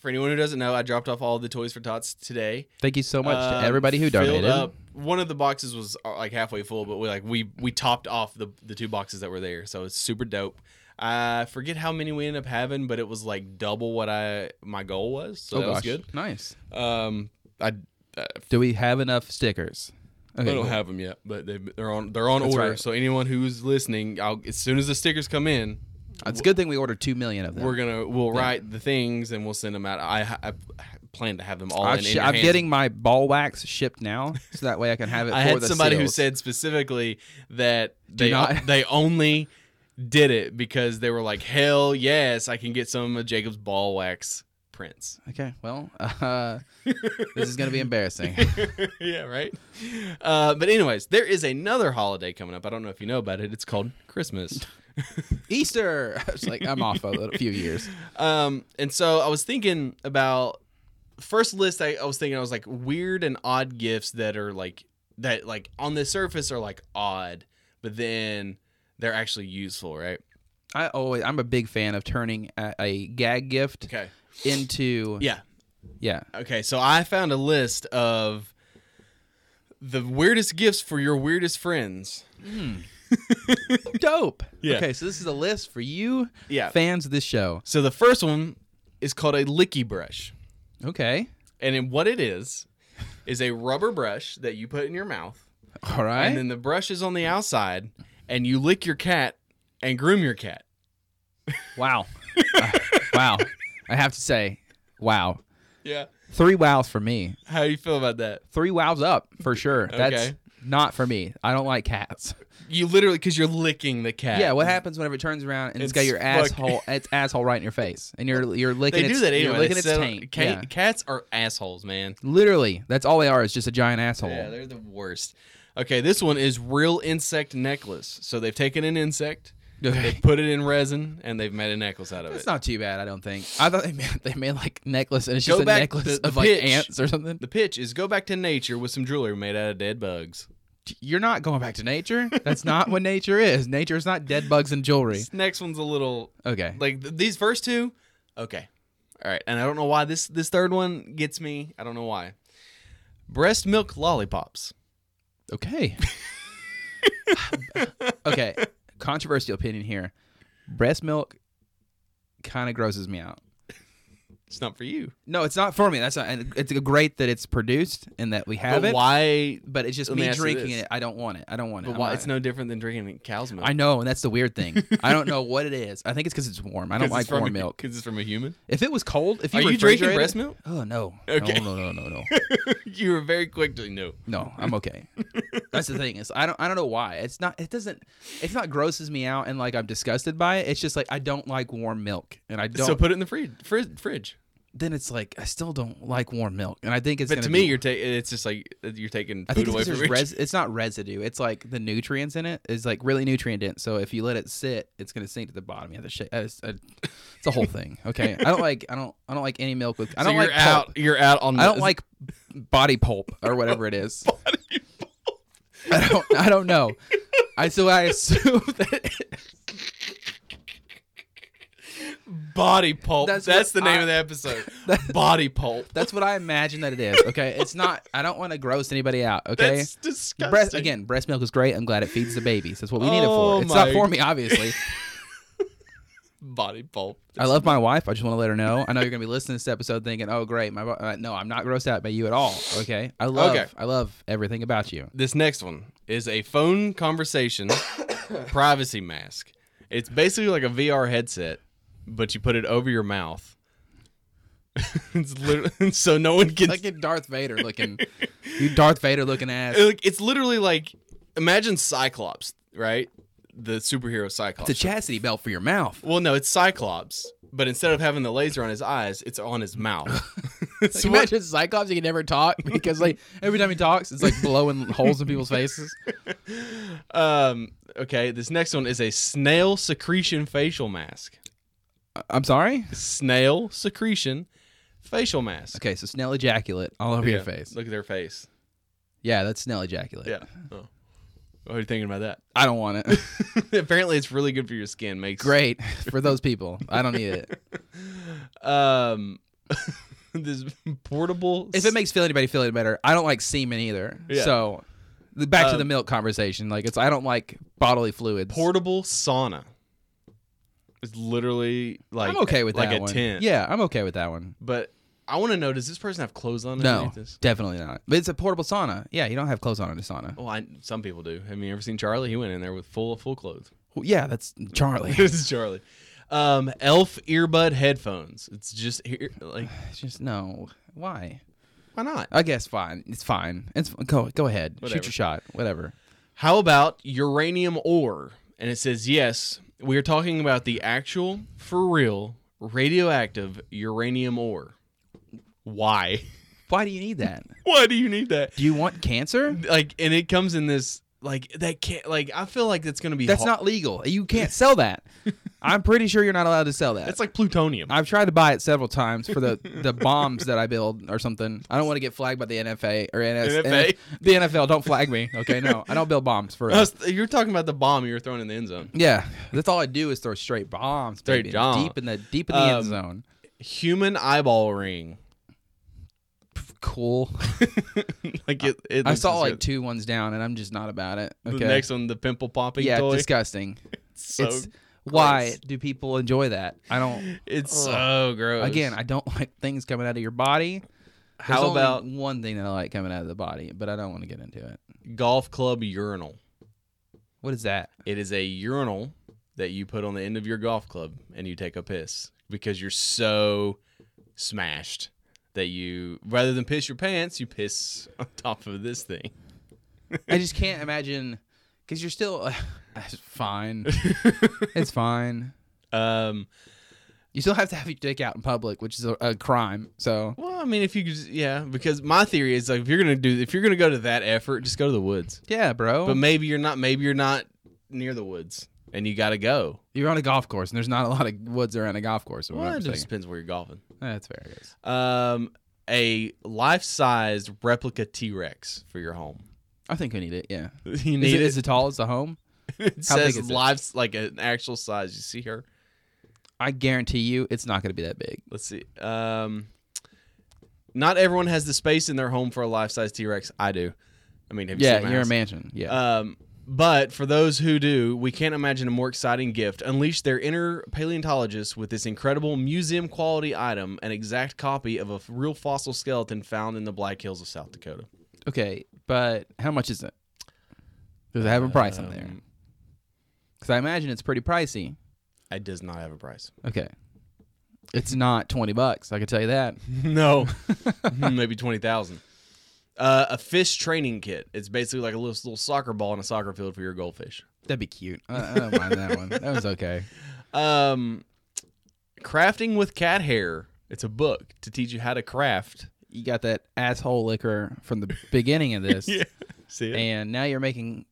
S2: For anyone who doesn't know, I dropped off all the toys for tots today.
S1: Thank you so much
S2: Um,
S1: to everybody who
S2: filled
S1: donated.
S2: up- One of the boxes was uh, like halfway full, but we like we we topped off the the two boxes that were there, so it's super dope. I forget how many we ended up having, but it was like double what I my goal was, so
S1: oh
S2: that
S1: gosh,
S2: was good.
S1: nice.
S2: Um, I, I
S1: Do we have enough stickers? Okay,
S2: I don't
S1: cool.
S2: have them yet, but they they're on they're on
S1: That's
S2: order.
S1: right.
S2: So anyone who's listening, I'll, as soon as the stickers come in,
S1: It's a good thing we ordered two million of them.
S2: We're gonna we'll write the things and we'll send them out. I, I plan to have them all.
S1: I
S2: in, in your
S1: am
S2: hands.
S1: getting my ball wax shipped now, so that way I can have it.
S2: I
S1: for
S2: had
S1: the
S2: somebody who
S1: seals.
S2: said specifically that they
S1: not-
S2: they only did it because they were like, hell yes, I can get some of Jacob's ball wax prints.
S1: "Okay, well, uh, this is gonna be embarrassing."
S2: yeah, right. Uh, but anyways, there is another holiday coming up. I don't know if you know about it. It's called Christmas.
S1: Easter. I was like, I'm off a little, few years.
S2: Um, and so I was thinking about first list. I, I was thinking I was like weird and odd gifts that are like that like on the surface are like odd, but then they're actually useful, right?
S1: I always, I'm a big fan of turning a, a gag gift
S2: Okay.
S1: into
S2: Yeah.
S1: yeah.
S2: Okay. So I found a list of the weirdest gifts for your weirdest friends.
S1: dope.
S2: Yeah.
S1: Okay, so this is a list for you
S2: Yeah.
S1: fans of this show.
S2: So the first one is called a licky brush.
S1: Okay,
S2: And in what it is is a rubber brush that you put in your mouth
S1: all right.
S2: and then the brush is on the outside and you lick your cat and groom your cat.
S1: wow, Uh, wow. I have to say, wow.
S2: Yeah.
S1: Three wows for me.
S2: How you feel about that?
S1: Three wows up for sure. That's
S2: Okay.
S1: not for me. I don't like cats.
S2: You literally cuz you're licking the cat.
S1: Yeah, what happens whenever it turns around and it's got
S2: It's
S1: your
S2: fuck-
S1: asshole, its asshole right in your face, and you're you're licking.
S2: They do
S1: its,
S2: that
S1: You're
S2: anyway.
S1: licking
S2: They
S1: its
S2: settle-
S1: taint.
S2: ca-
S1: yeah.
S2: Cats are assholes, man.
S1: Literally, that's all they are is just a giant asshole.
S2: Yeah, they're the worst. Okay, this one is real insect necklace. So they've taken an insect, they've put it in resin, and they've made a necklace out of
S1: That's
S2: it.
S1: not too bad, I don't think. I thought they made, they made like necklace, and it's
S2: Go
S1: just a
S2: back
S1: necklace
S2: to the
S1: of like
S2: pitch.
S1: ants or something.
S2: the pitch is go back to nature with some jewelry made out of dead bugs.
S1: You're not going back to nature. That's not what nature is. Nature is not dead bugs and jewelry.
S2: This next one's a little
S1: Okay.
S2: like th- these first two. Okay, all right, and I don't know why this this third one gets me. I don't know why. Breast milk lollipops.
S1: Okay. okay. Controversial opinion here. Breast milk kind of grosses me out.
S2: It's not for you.
S1: No, it's not for me. That's not. And it's great that it's produced and that we have
S2: but
S1: it.
S2: why?
S1: But it's just
S2: Let me
S1: me
S2: ask you
S1: drinking
S2: this.
S1: it. I don't want it. I don't want it.
S2: But
S1: I'm
S2: why?
S1: not-
S2: It's no different than drinking cow's milk.
S1: I know, and that's the weird thing. I don't know what it is. I think it's because it's warm. I don't like warm milk.
S2: Because it's from a human.
S1: If it was cold, if you
S2: Are you drinking
S1: refrigerate it-
S2: breast milk?
S1: Oh no.
S2: Okay.
S1: No, no, no, no, no.
S2: you were very quick to no.
S1: No, I'm okay. That's the thing is I don't I don't know why. It's not it doesn't it's not grosses me out and like I'm disgusted by it. It's just like I don't like warm milk and I don't
S2: So put it in the fridge. Fridge. fridge.
S1: then it's like I still don't like warm milk and I think it's
S2: But
S1: gonna
S2: to me,
S1: be-
S2: you're taking. It's just like uh, you're taking food
S1: I think it's
S2: away
S1: 'cause
S2: from
S1: there's
S2: your-
S1: res- it's not residue. It's like the nutrients in it is like really nutrient dense. So if you let it sit, it's gonna sink to the bottom. You have to shake. It's, a- it's a whole thing. Okay, I don't like I don't I don't like any milk with I
S2: So
S1: don't
S2: you're
S1: like pulp.
S2: out. You're out on.
S1: I don't
S2: the-
S1: like body pulp or whatever it is. I don't. I don't know. I so I assume that
S2: body pulp. That's,
S1: That's
S2: the
S1: what
S2: name
S1: I-
S2: of the episode. body pulp.
S1: that's what I imagine that it is. Okay, it's not. I don't want to gross anybody out. Okay.
S2: That's disgusting.
S1: Breast, again, breast milk is great. I'm glad it feeds the babies. That's what we need it
S2: Oh
S1: for. It's not
S2: my-
S1: for me, obviously.
S2: body pulp.
S1: I love my wife. I just want to let her know. I know you're gonna be listening to this episode thinking, "Oh, great." My bo- uh, no, I'm not grossed out by you at all. Okay, I love,
S2: Okay.
S1: I love everything about you.
S2: This next one is a phone conversation privacy mask. It's basically like a VR headset, but you put it over your mouth. it's literally so no one can.
S1: Like a Darth Vader looking, you Darth Vader looking ass.
S2: Like, it's literally like imagine Cyclops, right? The superhero Cyclops.
S1: It's a chastity belt for your mouth.
S2: Well, no, it's Cyclops, but instead of having the laser on his eyes, it's on his mouth.
S1: So
S2: so what-
S1: imagine Cyclops, he can never talk because like every time he talks, it's like blowing holes in people's faces.
S2: um, okay, this next one is a snail secretion facial mask.
S1: I'm sorry.
S2: Snail secretion facial mask.
S1: Okay, so snail ejaculate all over your face.
S2: Look at their face.
S1: Yeah, that's snail ejaculate.
S2: Yeah. Oh. What are you thinking about that?
S1: I don't want it.
S2: Apparently, it's really good for your skin. Makes
S1: Great for those people. I don't need it.
S2: Um, this portable.
S1: If it makes feel anybody feel any better, I don't like semen either.
S2: Yeah.
S1: So the- back to
S2: Um,
S1: the milk conversation. Like it's I don't like bodily fluids.
S2: portable sauna. It's literally like
S1: I'm okay with
S2: like
S1: that
S2: a
S1: one.
S2: tent.
S1: Yeah, I'm okay with that one.
S2: But I want to know: Does this person have clothes on?
S1: No,
S2: underneath This?
S1: definitely not. But it's a portable sauna. Yeah, you don't have clothes on in a sauna.
S2: Well, I, some people do. Have you ever seen Charlie? He went in there with full full clothes.
S1: Yeah, that's Charlie.
S2: this is Charlie. Um, Elf earbud headphones. It's just here, like
S1: It's just no. Why?
S2: why not?
S1: I guess fine. It's fine. It's go go ahead. Shoot
S2: Whatever.
S1: your shot. Whatever.
S2: How about uranium ore? And it says yes. We are talking about the actual, for real, radioactive uranium ore. Why?
S1: Why do you need that?
S2: Why do you need that?
S1: Do you want cancer?
S2: Like, and it comes in this like that can't like I feel like that's gonna be
S1: That's
S2: ho-
S1: not legal. You can't sell that. I'm pretty sure you're not allowed to sell that.
S2: That's like plutonium.
S1: I've tried to buy it several times for the, the bombs that I build or something. I don't want to get flagged by the NFA or NS,
S2: NFA?
S1: the NFL. Don't flag me. Okay, no, I don't build bombs for
S2: I
S1: us.
S2: was- you're talking about the bomb you were throwing in the end zone.
S1: Yeah, that's all I do is throw straight bombs,
S2: Straight
S1: baby.
S2: bomb.
S1: deep in the deep in the end
S2: Um,
S1: zone.
S2: Human eyeball ring.
S1: Cool.
S2: like it, it
S1: I
S2: looks
S1: saw
S2: as
S1: like
S2: good.
S1: two ones down, and I'm just not about it. Okay.
S2: the next one, the pimple popping
S1: yeah,
S2: toy.
S1: disgusting.
S2: so
S1: it's why
S2: gross.
S1: do people enjoy that? I don't.
S2: It's
S1: Ugh.
S2: so gross.
S1: Again, I don't like things coming out of your body. There's
S2: how
S1: only
S2: about
S1: one thing that I like coming out of the body, but I don't want to get into it.
S2: golf club urinal?
S1: What is that?
S2: It is a urinal that you put on the end of your golf club and you take a piss because you're so smashed that you rather than piss your pants, you piss on top of this thing.
S1: I just can't imagine because you're still It's fine. it's fine.
S2: Um,
S1: You still have to have your dick out in public, which is a, a crime. So
S2: well, I mean, if you could, just- yeah, because my theory is like if you're gonna do if you're gonna go to that effort, just go to the woods.
S1: yeah, bro.
S2: But maybe you're not. Maybe you're not near the woods, and you got to go.
S1: you're on a golf course, and there's not a lot of woods around a golf course. Or
S2: Well,
S1: whatever.
S2: it
S1: I'm
S2: just
S1: saying.
S2: depends where you're golfing.
S1: That's fair. I guess.
S2: Um, a life-sized replica T-Rex for your home.
S1: I think we need it. Yeah.
S2: You
S1: Is
S2: need
S1: it,
S2: it.
S1: is it tall as the home?
S2: It
S1: How big
S2: says
S1: is it?
S2: life like an actual size. You see her.
S1: I guarantee you, it's not going to be that big.
S2: Let's see. Um, not everyone has the space in their home for a life-size T-Rex. I do. I mean, have you
S1: yeah,
S2: seen my
S1: you're a
S2: house?
S1: mansion. Yeah.
S2: Um, but for those who do, we can't imagine a more exciting gift. Unleash their inner paleontologist with this incredible museum quality item, an exact copy of a f- real fossil skeleton found in the Black Hills of South Dakota.
S1: okay, but how much is it? Does it have a price on there?
S2: Um,
S1: Because I imagine it's pretty pricey.
S2: It does not have a price.
S1: Okay. It's not twenty bucks. I can tell you that.
S2: No, Hmm, maybe twenty thousand. Uh, a fish training kit. It's basically like a little, little soccer ball in a soccer field for your goldfish.
S1: That'd be cute. I, I don't mind that one. That was okay.
S2: Um, crafting with cat hair. It's a book to teach you how to craft.
S1: You got that asshole liquor from the beginning of this,
S2: See it?
S1: and now you're making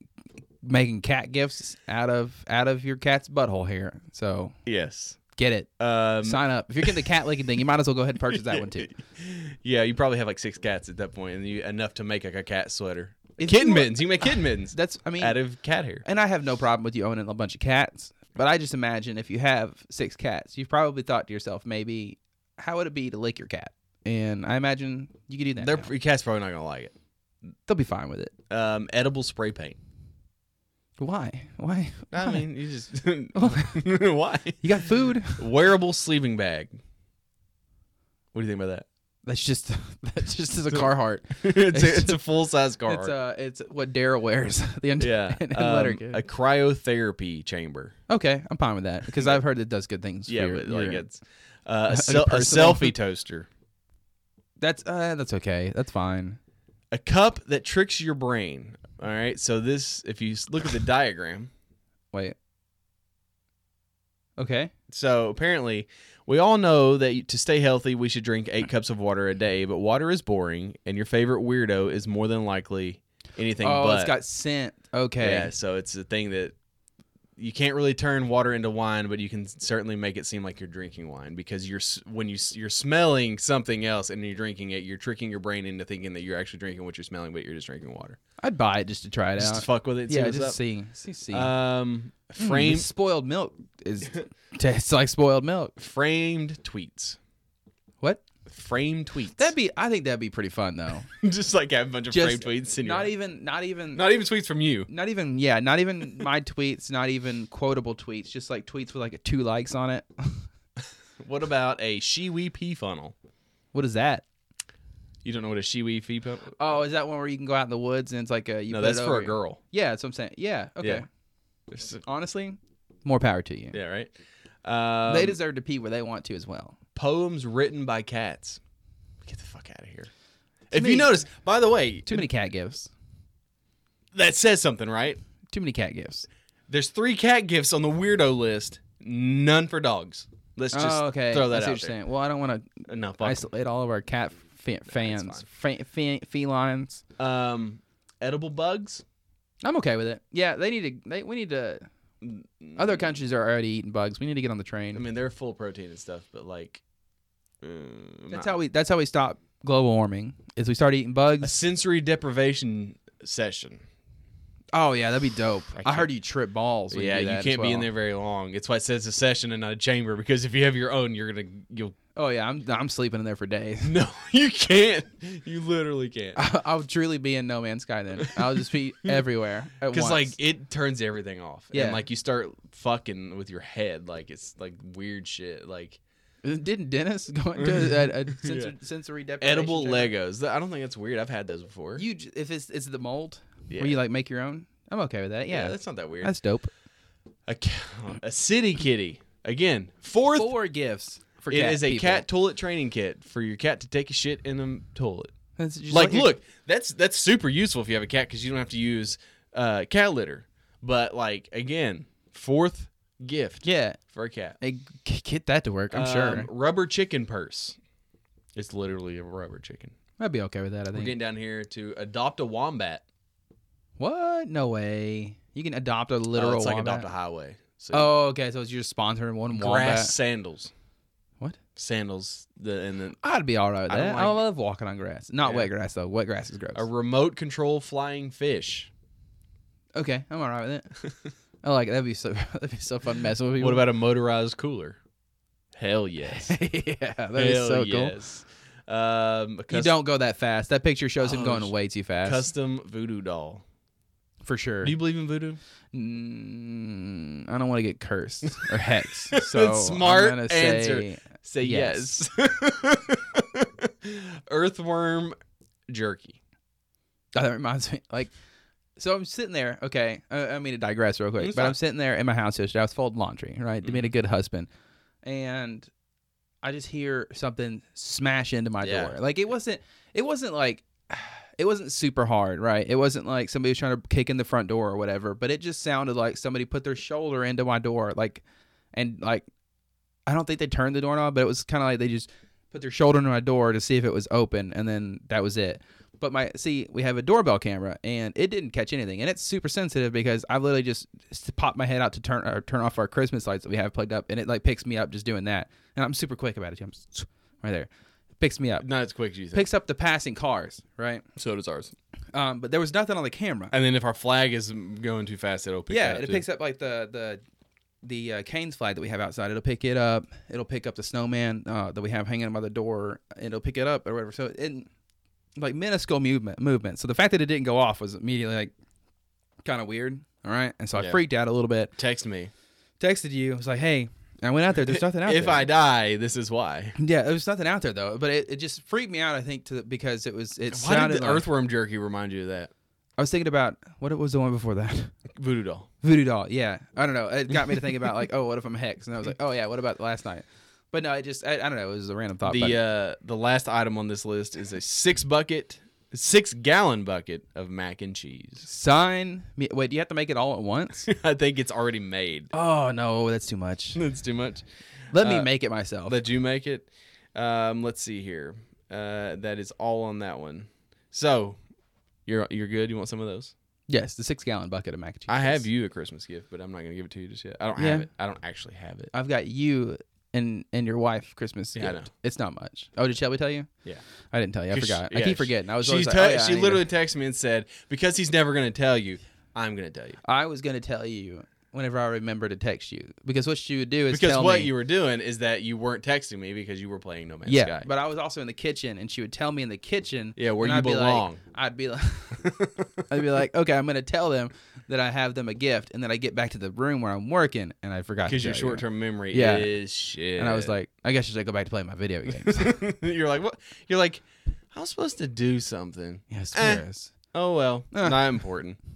S1: making cat gifts out of out of your cat's butthole hair. So
S2: yes.
S1: get it.
S2: Um,
S1: Sign up. If you're getting the cat licking thing, you might as well go ahead and purchase that one too.
S2: Yeah, you probably have like six cats at that point, and you enough to make like a cat sweater.
S1: If
S2: kitten
S1: you-
S2: mittens. You make kitten mittens
S1: That's I mean
S2: out of cat hair.
S1: And I have no problem with you owning a bunch of cats, but I just imagine if you have six cats, you've probably thought to yourself, maybe, how would it be to lick your cat? And I imagine you could do that.
S2: Their
S1: now.
S2: your cat's probably not gonna like it.
S1: They'll be fine with it.
S2: Um, edible spray paint.
S1: Why? Why?
S2: I
S1: why?
S2: mean, you just why
S1: you got food.
S2: wearable sleeping bag. What do you think about that?
S1: That's just that's just as a Carhartt.
S2: it's, a, it's a full size car.
S1: It's uh, it's what Daryl wears. The end.
S2: yeah,
S1: and,
S2: um,
S1: letter
S2: a cryotherapy chamber.
S1: Okay, I'm fine with that because I've heard it does good things. for
S2: Yeah,
S1: your-
S2: but like
S1: your-
S2: it's uh, a, se- a
S1: personal.
S2: selfie toaster,
S1: that's uh, that's okay. That's fine.
S2: a cup that tricks your brain. All right, so this if you s- look at the diagram.
S1: Wait. Okay.
S2: So apparently, we all know that to stay healthy, we should drink eight cups of water a day. But water is boring, and your favorite weirdo is more than likely anything
S1: oh,
S2: but.
S1: it's got scent. Okay.
S2: Yeah, so it's a thing that you can't really turn water into wine, but you can certainly make it seem like you're drinking wine because you're s- when you s- you're smelling something else and you're drinking it, you're tricking your brain into thinking that you're actually drinking what you're smelling, but you're just drinking water.
S1: I'd buy it just to try it
S2: Just
S1: out.
S2: to fuck with it. see
S1: yeah,
S2: what's
S1: just
S2: up.
S1: see, see, see.
S2: Um,
S1: Mm,
S2: frame,
S1: this spoiled milk is tastes like spoiled milk.
S2: framed tweets.
S1: What?
S2: Framed tweets.
S1: That'd be. I think that'd be pretty fun though.
S2: just like have a bunch of
S1: Just
S2: framed tweets in your
S1: Not even. Not even. Not,
S2: not even tweets from you.
S1: even. Yeah. Not even my tweets. Not even quotable tweets. Just like tweets with like a two likes on it.
S2: What about a shiwi pee funnel?
S1: what is that?
S2: You don't know what a shiwi pee funnel?
S1: Oh, is that one where you can go out in the woods and it's like a. You
S2: No,
S1: put
S2: that's
S1: it
S2: for
S1: over-
S2: a girl.
S1: Yeah, that's what I'm saying. Yeah. Okay.
S2: It's-
S1: Honestly, more power to you.
S2: Yeah, right. Um,
S1: they deserve to pee where they want to as well.
S2: poems written by cats. Get the fuck out of here. if
S1: many-
S2: you notice, by the way,
S1: Too many cat gifts.
S2: that says something, right?
S1: Too many cat gifts.
S2: There's three cat gifts on the weirdo list. None for dogs. Let's just
S1: oh, okay.
S2: throw that
S1: I see
S2: out
S1: what you're
S2: there.
S1: saying. Well, I don't want to
S2: No, fuck 'em.
S1: isolate all of our cat fa- fans, fa- fa- felines.
S2: Um, edible bugs.
S1: I'm okay with it. Yeah, they need to. They, we need to. Other countries are already eating bugs. We need to get on the train.
S2: Mm. I mean, they're full of protein and stuff, but like, uh,
S1: that's how we. That's how we stop global warming. Is we start eating
S2: a
S1: bugs.
S2: sensory deprivation session.
S1: Oh yeah, that'd be dope.
S2: I
S1: I, heard you trip balls. When
S2: yeah,
S1: you,
S2: you,
S1: do that as
S2: can't be in
S1: well.
S2: there very long. It's why it says a session and not a chamber because if you have your own, you're gonna you'll
S1: Oh yeah, I'm I'm sleeping in there for days.
S2: no, you can't. You literally can't.
S1: I'll truly be in No Man's Sky then. I'll just be everywhere at once.
S2: Because like it turns everything off.
S1: Yeah.
S2: And like you start fucking with your head, like it's like weird shit, like
S1: didn't Dennis go into a, a sensor,
S2: Yeah.
S1: sensory deprivation?
S2: edible
S1: chamber?
S2: Legos. Th- I don't think that's weird. I've had those before.
S1: You j- if it's it's the mold
S2: yeah.
S1: where you like make your own. I'm okay with that.
S2: yeah,
S1: Yeah,
S2: that's not that weird.
S1: that's dope.
S2: a, ca- a city kitty again. Fourth,
S1: Four gifts for
S2: it
S1: cat
S2: is a
S1: people.
S2: cat toilet training kit for your cat to take a shit in a toilet.
S1: That's just
S2: like,
S1: your-
S2: look, that's that's super useful if you have a cat because you don't have to use uh, cat litter. But like again, fourth gift
S1: yeah,
S2: for a cat.
S1: hey, g- get that to work. I'm
S2: Um,
S1: sure
S2: Rubber chicken purse. It's literally a rubber chicken.
S1: I'd be okay with that. I
S2: We're
S1: think.
S2: getting down here to adopt a wombat.
S1: what? No way. You can adopt a literal.
S2: Uh, it's like
S1: wombat.
S2: adopt a highway. So
S1: Oh, okay. So it's you're sponsoring one
S2: grass
S1: wombat.
S2: sandals.
S1: What?
S2: Sandals. The and then
S1: I'd be all right with
S2: I don't
S1: that. I,
S2: like-
S1: love walking on grass. Not
S2: Yeah.
S1: wet grass though. Wet grass is gross.
S2: a remote control flying fish.
S1: Okay, I'm all right with it. I like it. That'd be so. That'd be so fun messing with people.
S2: What about a motorized cooler? Hell yes.
S1: yeah, that'd be
S2: Hell
S1: so cool.
S2: yes. Um, a
S1: You
S2: custom,
S1: don't go that fast. That picture shows him
S2: Oh,
S1: going
S2: sh-
S1: way too fast.
S2: custom voodoo doll.
S1: for sure.
S2: Do you believe in voodoo?
S1: Mm, I don't want to get cursed or hexed. So
S2: Smart
S1: I'm gonna say-
S2: Say
S1: Yes.
S2: yes. Earthworm jerky.
S1: Oh, that reminds me. Like, so I'm sitting there. Okay, I, I mean to digress real quick,
S2: It's
S1: but
S2: fine. Mm-hmm.
S1: I'm sitting there in my house yesterday. I was folding laundry, right, to be a good husband, and I just hear something smash into my
S2: Yeah.
S1: door. Like it wasn't. It wasn't like. It wasn't super hard, right? It wasn't like somebody was trying to kick in the front door or whatever, but it just sounded like somebody put their shoulder into my door, like, and like, I don't think they turned the doorknob, but it was kind of like they just put their shoulder into my door to see if it was open, and then that was it. But my see, we have a doorbell camera, and it didn't catch anything, and it's super sensitive because I've literally just s- popped my head out to turn or turn off our Christmas lights that we have plugged up, and it like picks me up just doing that, and I'm super quick about it. too. I'm s- right there, picks me up,
S2: Not as quick as you think.
S1: picks up the passing cars, right?
S2: so does ours.
S1: Um, but there was nothing on the camera.
S2: And then if our flag is going too fast, it'll pick.
S1: yeah,
S2: that up
S1: and it
S2: too.
S1: picks up like the the the uh, Canes flag that we have outside. It'll pick it up. It'll pick up the snowman uh, that we have hanging by the door. It'll pick it up or whatever. So it like minuscule movement movement. So the fact that it didn't go off was immediately like kind of weird. All right, and so I
S2: Yeah.
S1: freaked out a little bit.
S2: Text me.
S1: Texted you. I was like, hey, and I went out there. There's nothing out there.
S2: If I die, this is why.
S1: yeah, there was nothing out there though. But it, it just freaked me out. I think to because it was it
S2: Why
S1: sounded
S2: did the
S1: like-
S2: earthworm jerky remind you of that?
S1: I was thinking about what was the one before that.
S2: Voodoo doll.
S1: Voodoo doll, yeah. I don't know. It got me to think about like, oh, what if I'm hex? And I was like, oh yeah, what about last night? But no, it just I, I don't know. It was a random thought. but
S2: The uh, the last item on this list is a six bucket, six gallon bucket of mac and cheese.
S1: sign me. Wait, do you have to make it all at once?
S2: I think it's already made.
S1: oh no, that's too much.
S2: That's too much.
S1: Let me
S2: Uh,
S1: make it myself.
S2: Let you make it. Um, let's see here. Uh, that is all on that one. So, you're you're good. You want some of those?
S1: yes, the six gallon bucket of mac and cheese.
S2: I have
S1: yes.
S2: you a Christmas gift, but I'm not gonna give it to you just yet. I don't
S1: Yeah.
S2: have it. I don't actually have it.
S1: I've got you and and your wife Christmas
S2: Yeah, I
S1: gift.
S2: know.
S1: It's not much. Oh, did Shelby tell you?
S2: Yeah.
S1: I didn't tell you. I forgot. I
S2: Yeah,
S1: keep forgetting. I was
S2: She
S1: always like,
S2: te-
S1: oh, yeah, I
S2: she
S1: need to-
S2: literally texted me and said because he's never gonna tell you. I'm gonna tell you
S1: I was gonna tell you whenever I remember to text you because what you would do is
S2: because
S1: tell
S2: what
S1: me,
S2: you were doing is that you weren't texting me because you were playing No Man's
S1: Yeah,
S2: Sky.
S1: but I was also in the kitchen, and she would tell me in the kitchen.
S2: Yeah, where
S1: and
S2: you
S1: I'd be like-
S2: belong.
S1: I'd be like, I'd be like, okay, I'm gonna tell them that I have them a gift, and then I get back to the room where I'm working, and I forgot. to
S2: Because your
S1: tell you.
S2: short term memory
S1: Yeah.
S2: is shit.
S1: And I was like, I guess I should go back to playing my video games.
S2: you're like, what? You're like, I was supposed to do something.
S1: yeah, I swear. it's-
S2: Oh well,
S1: Uh.
S2: not important.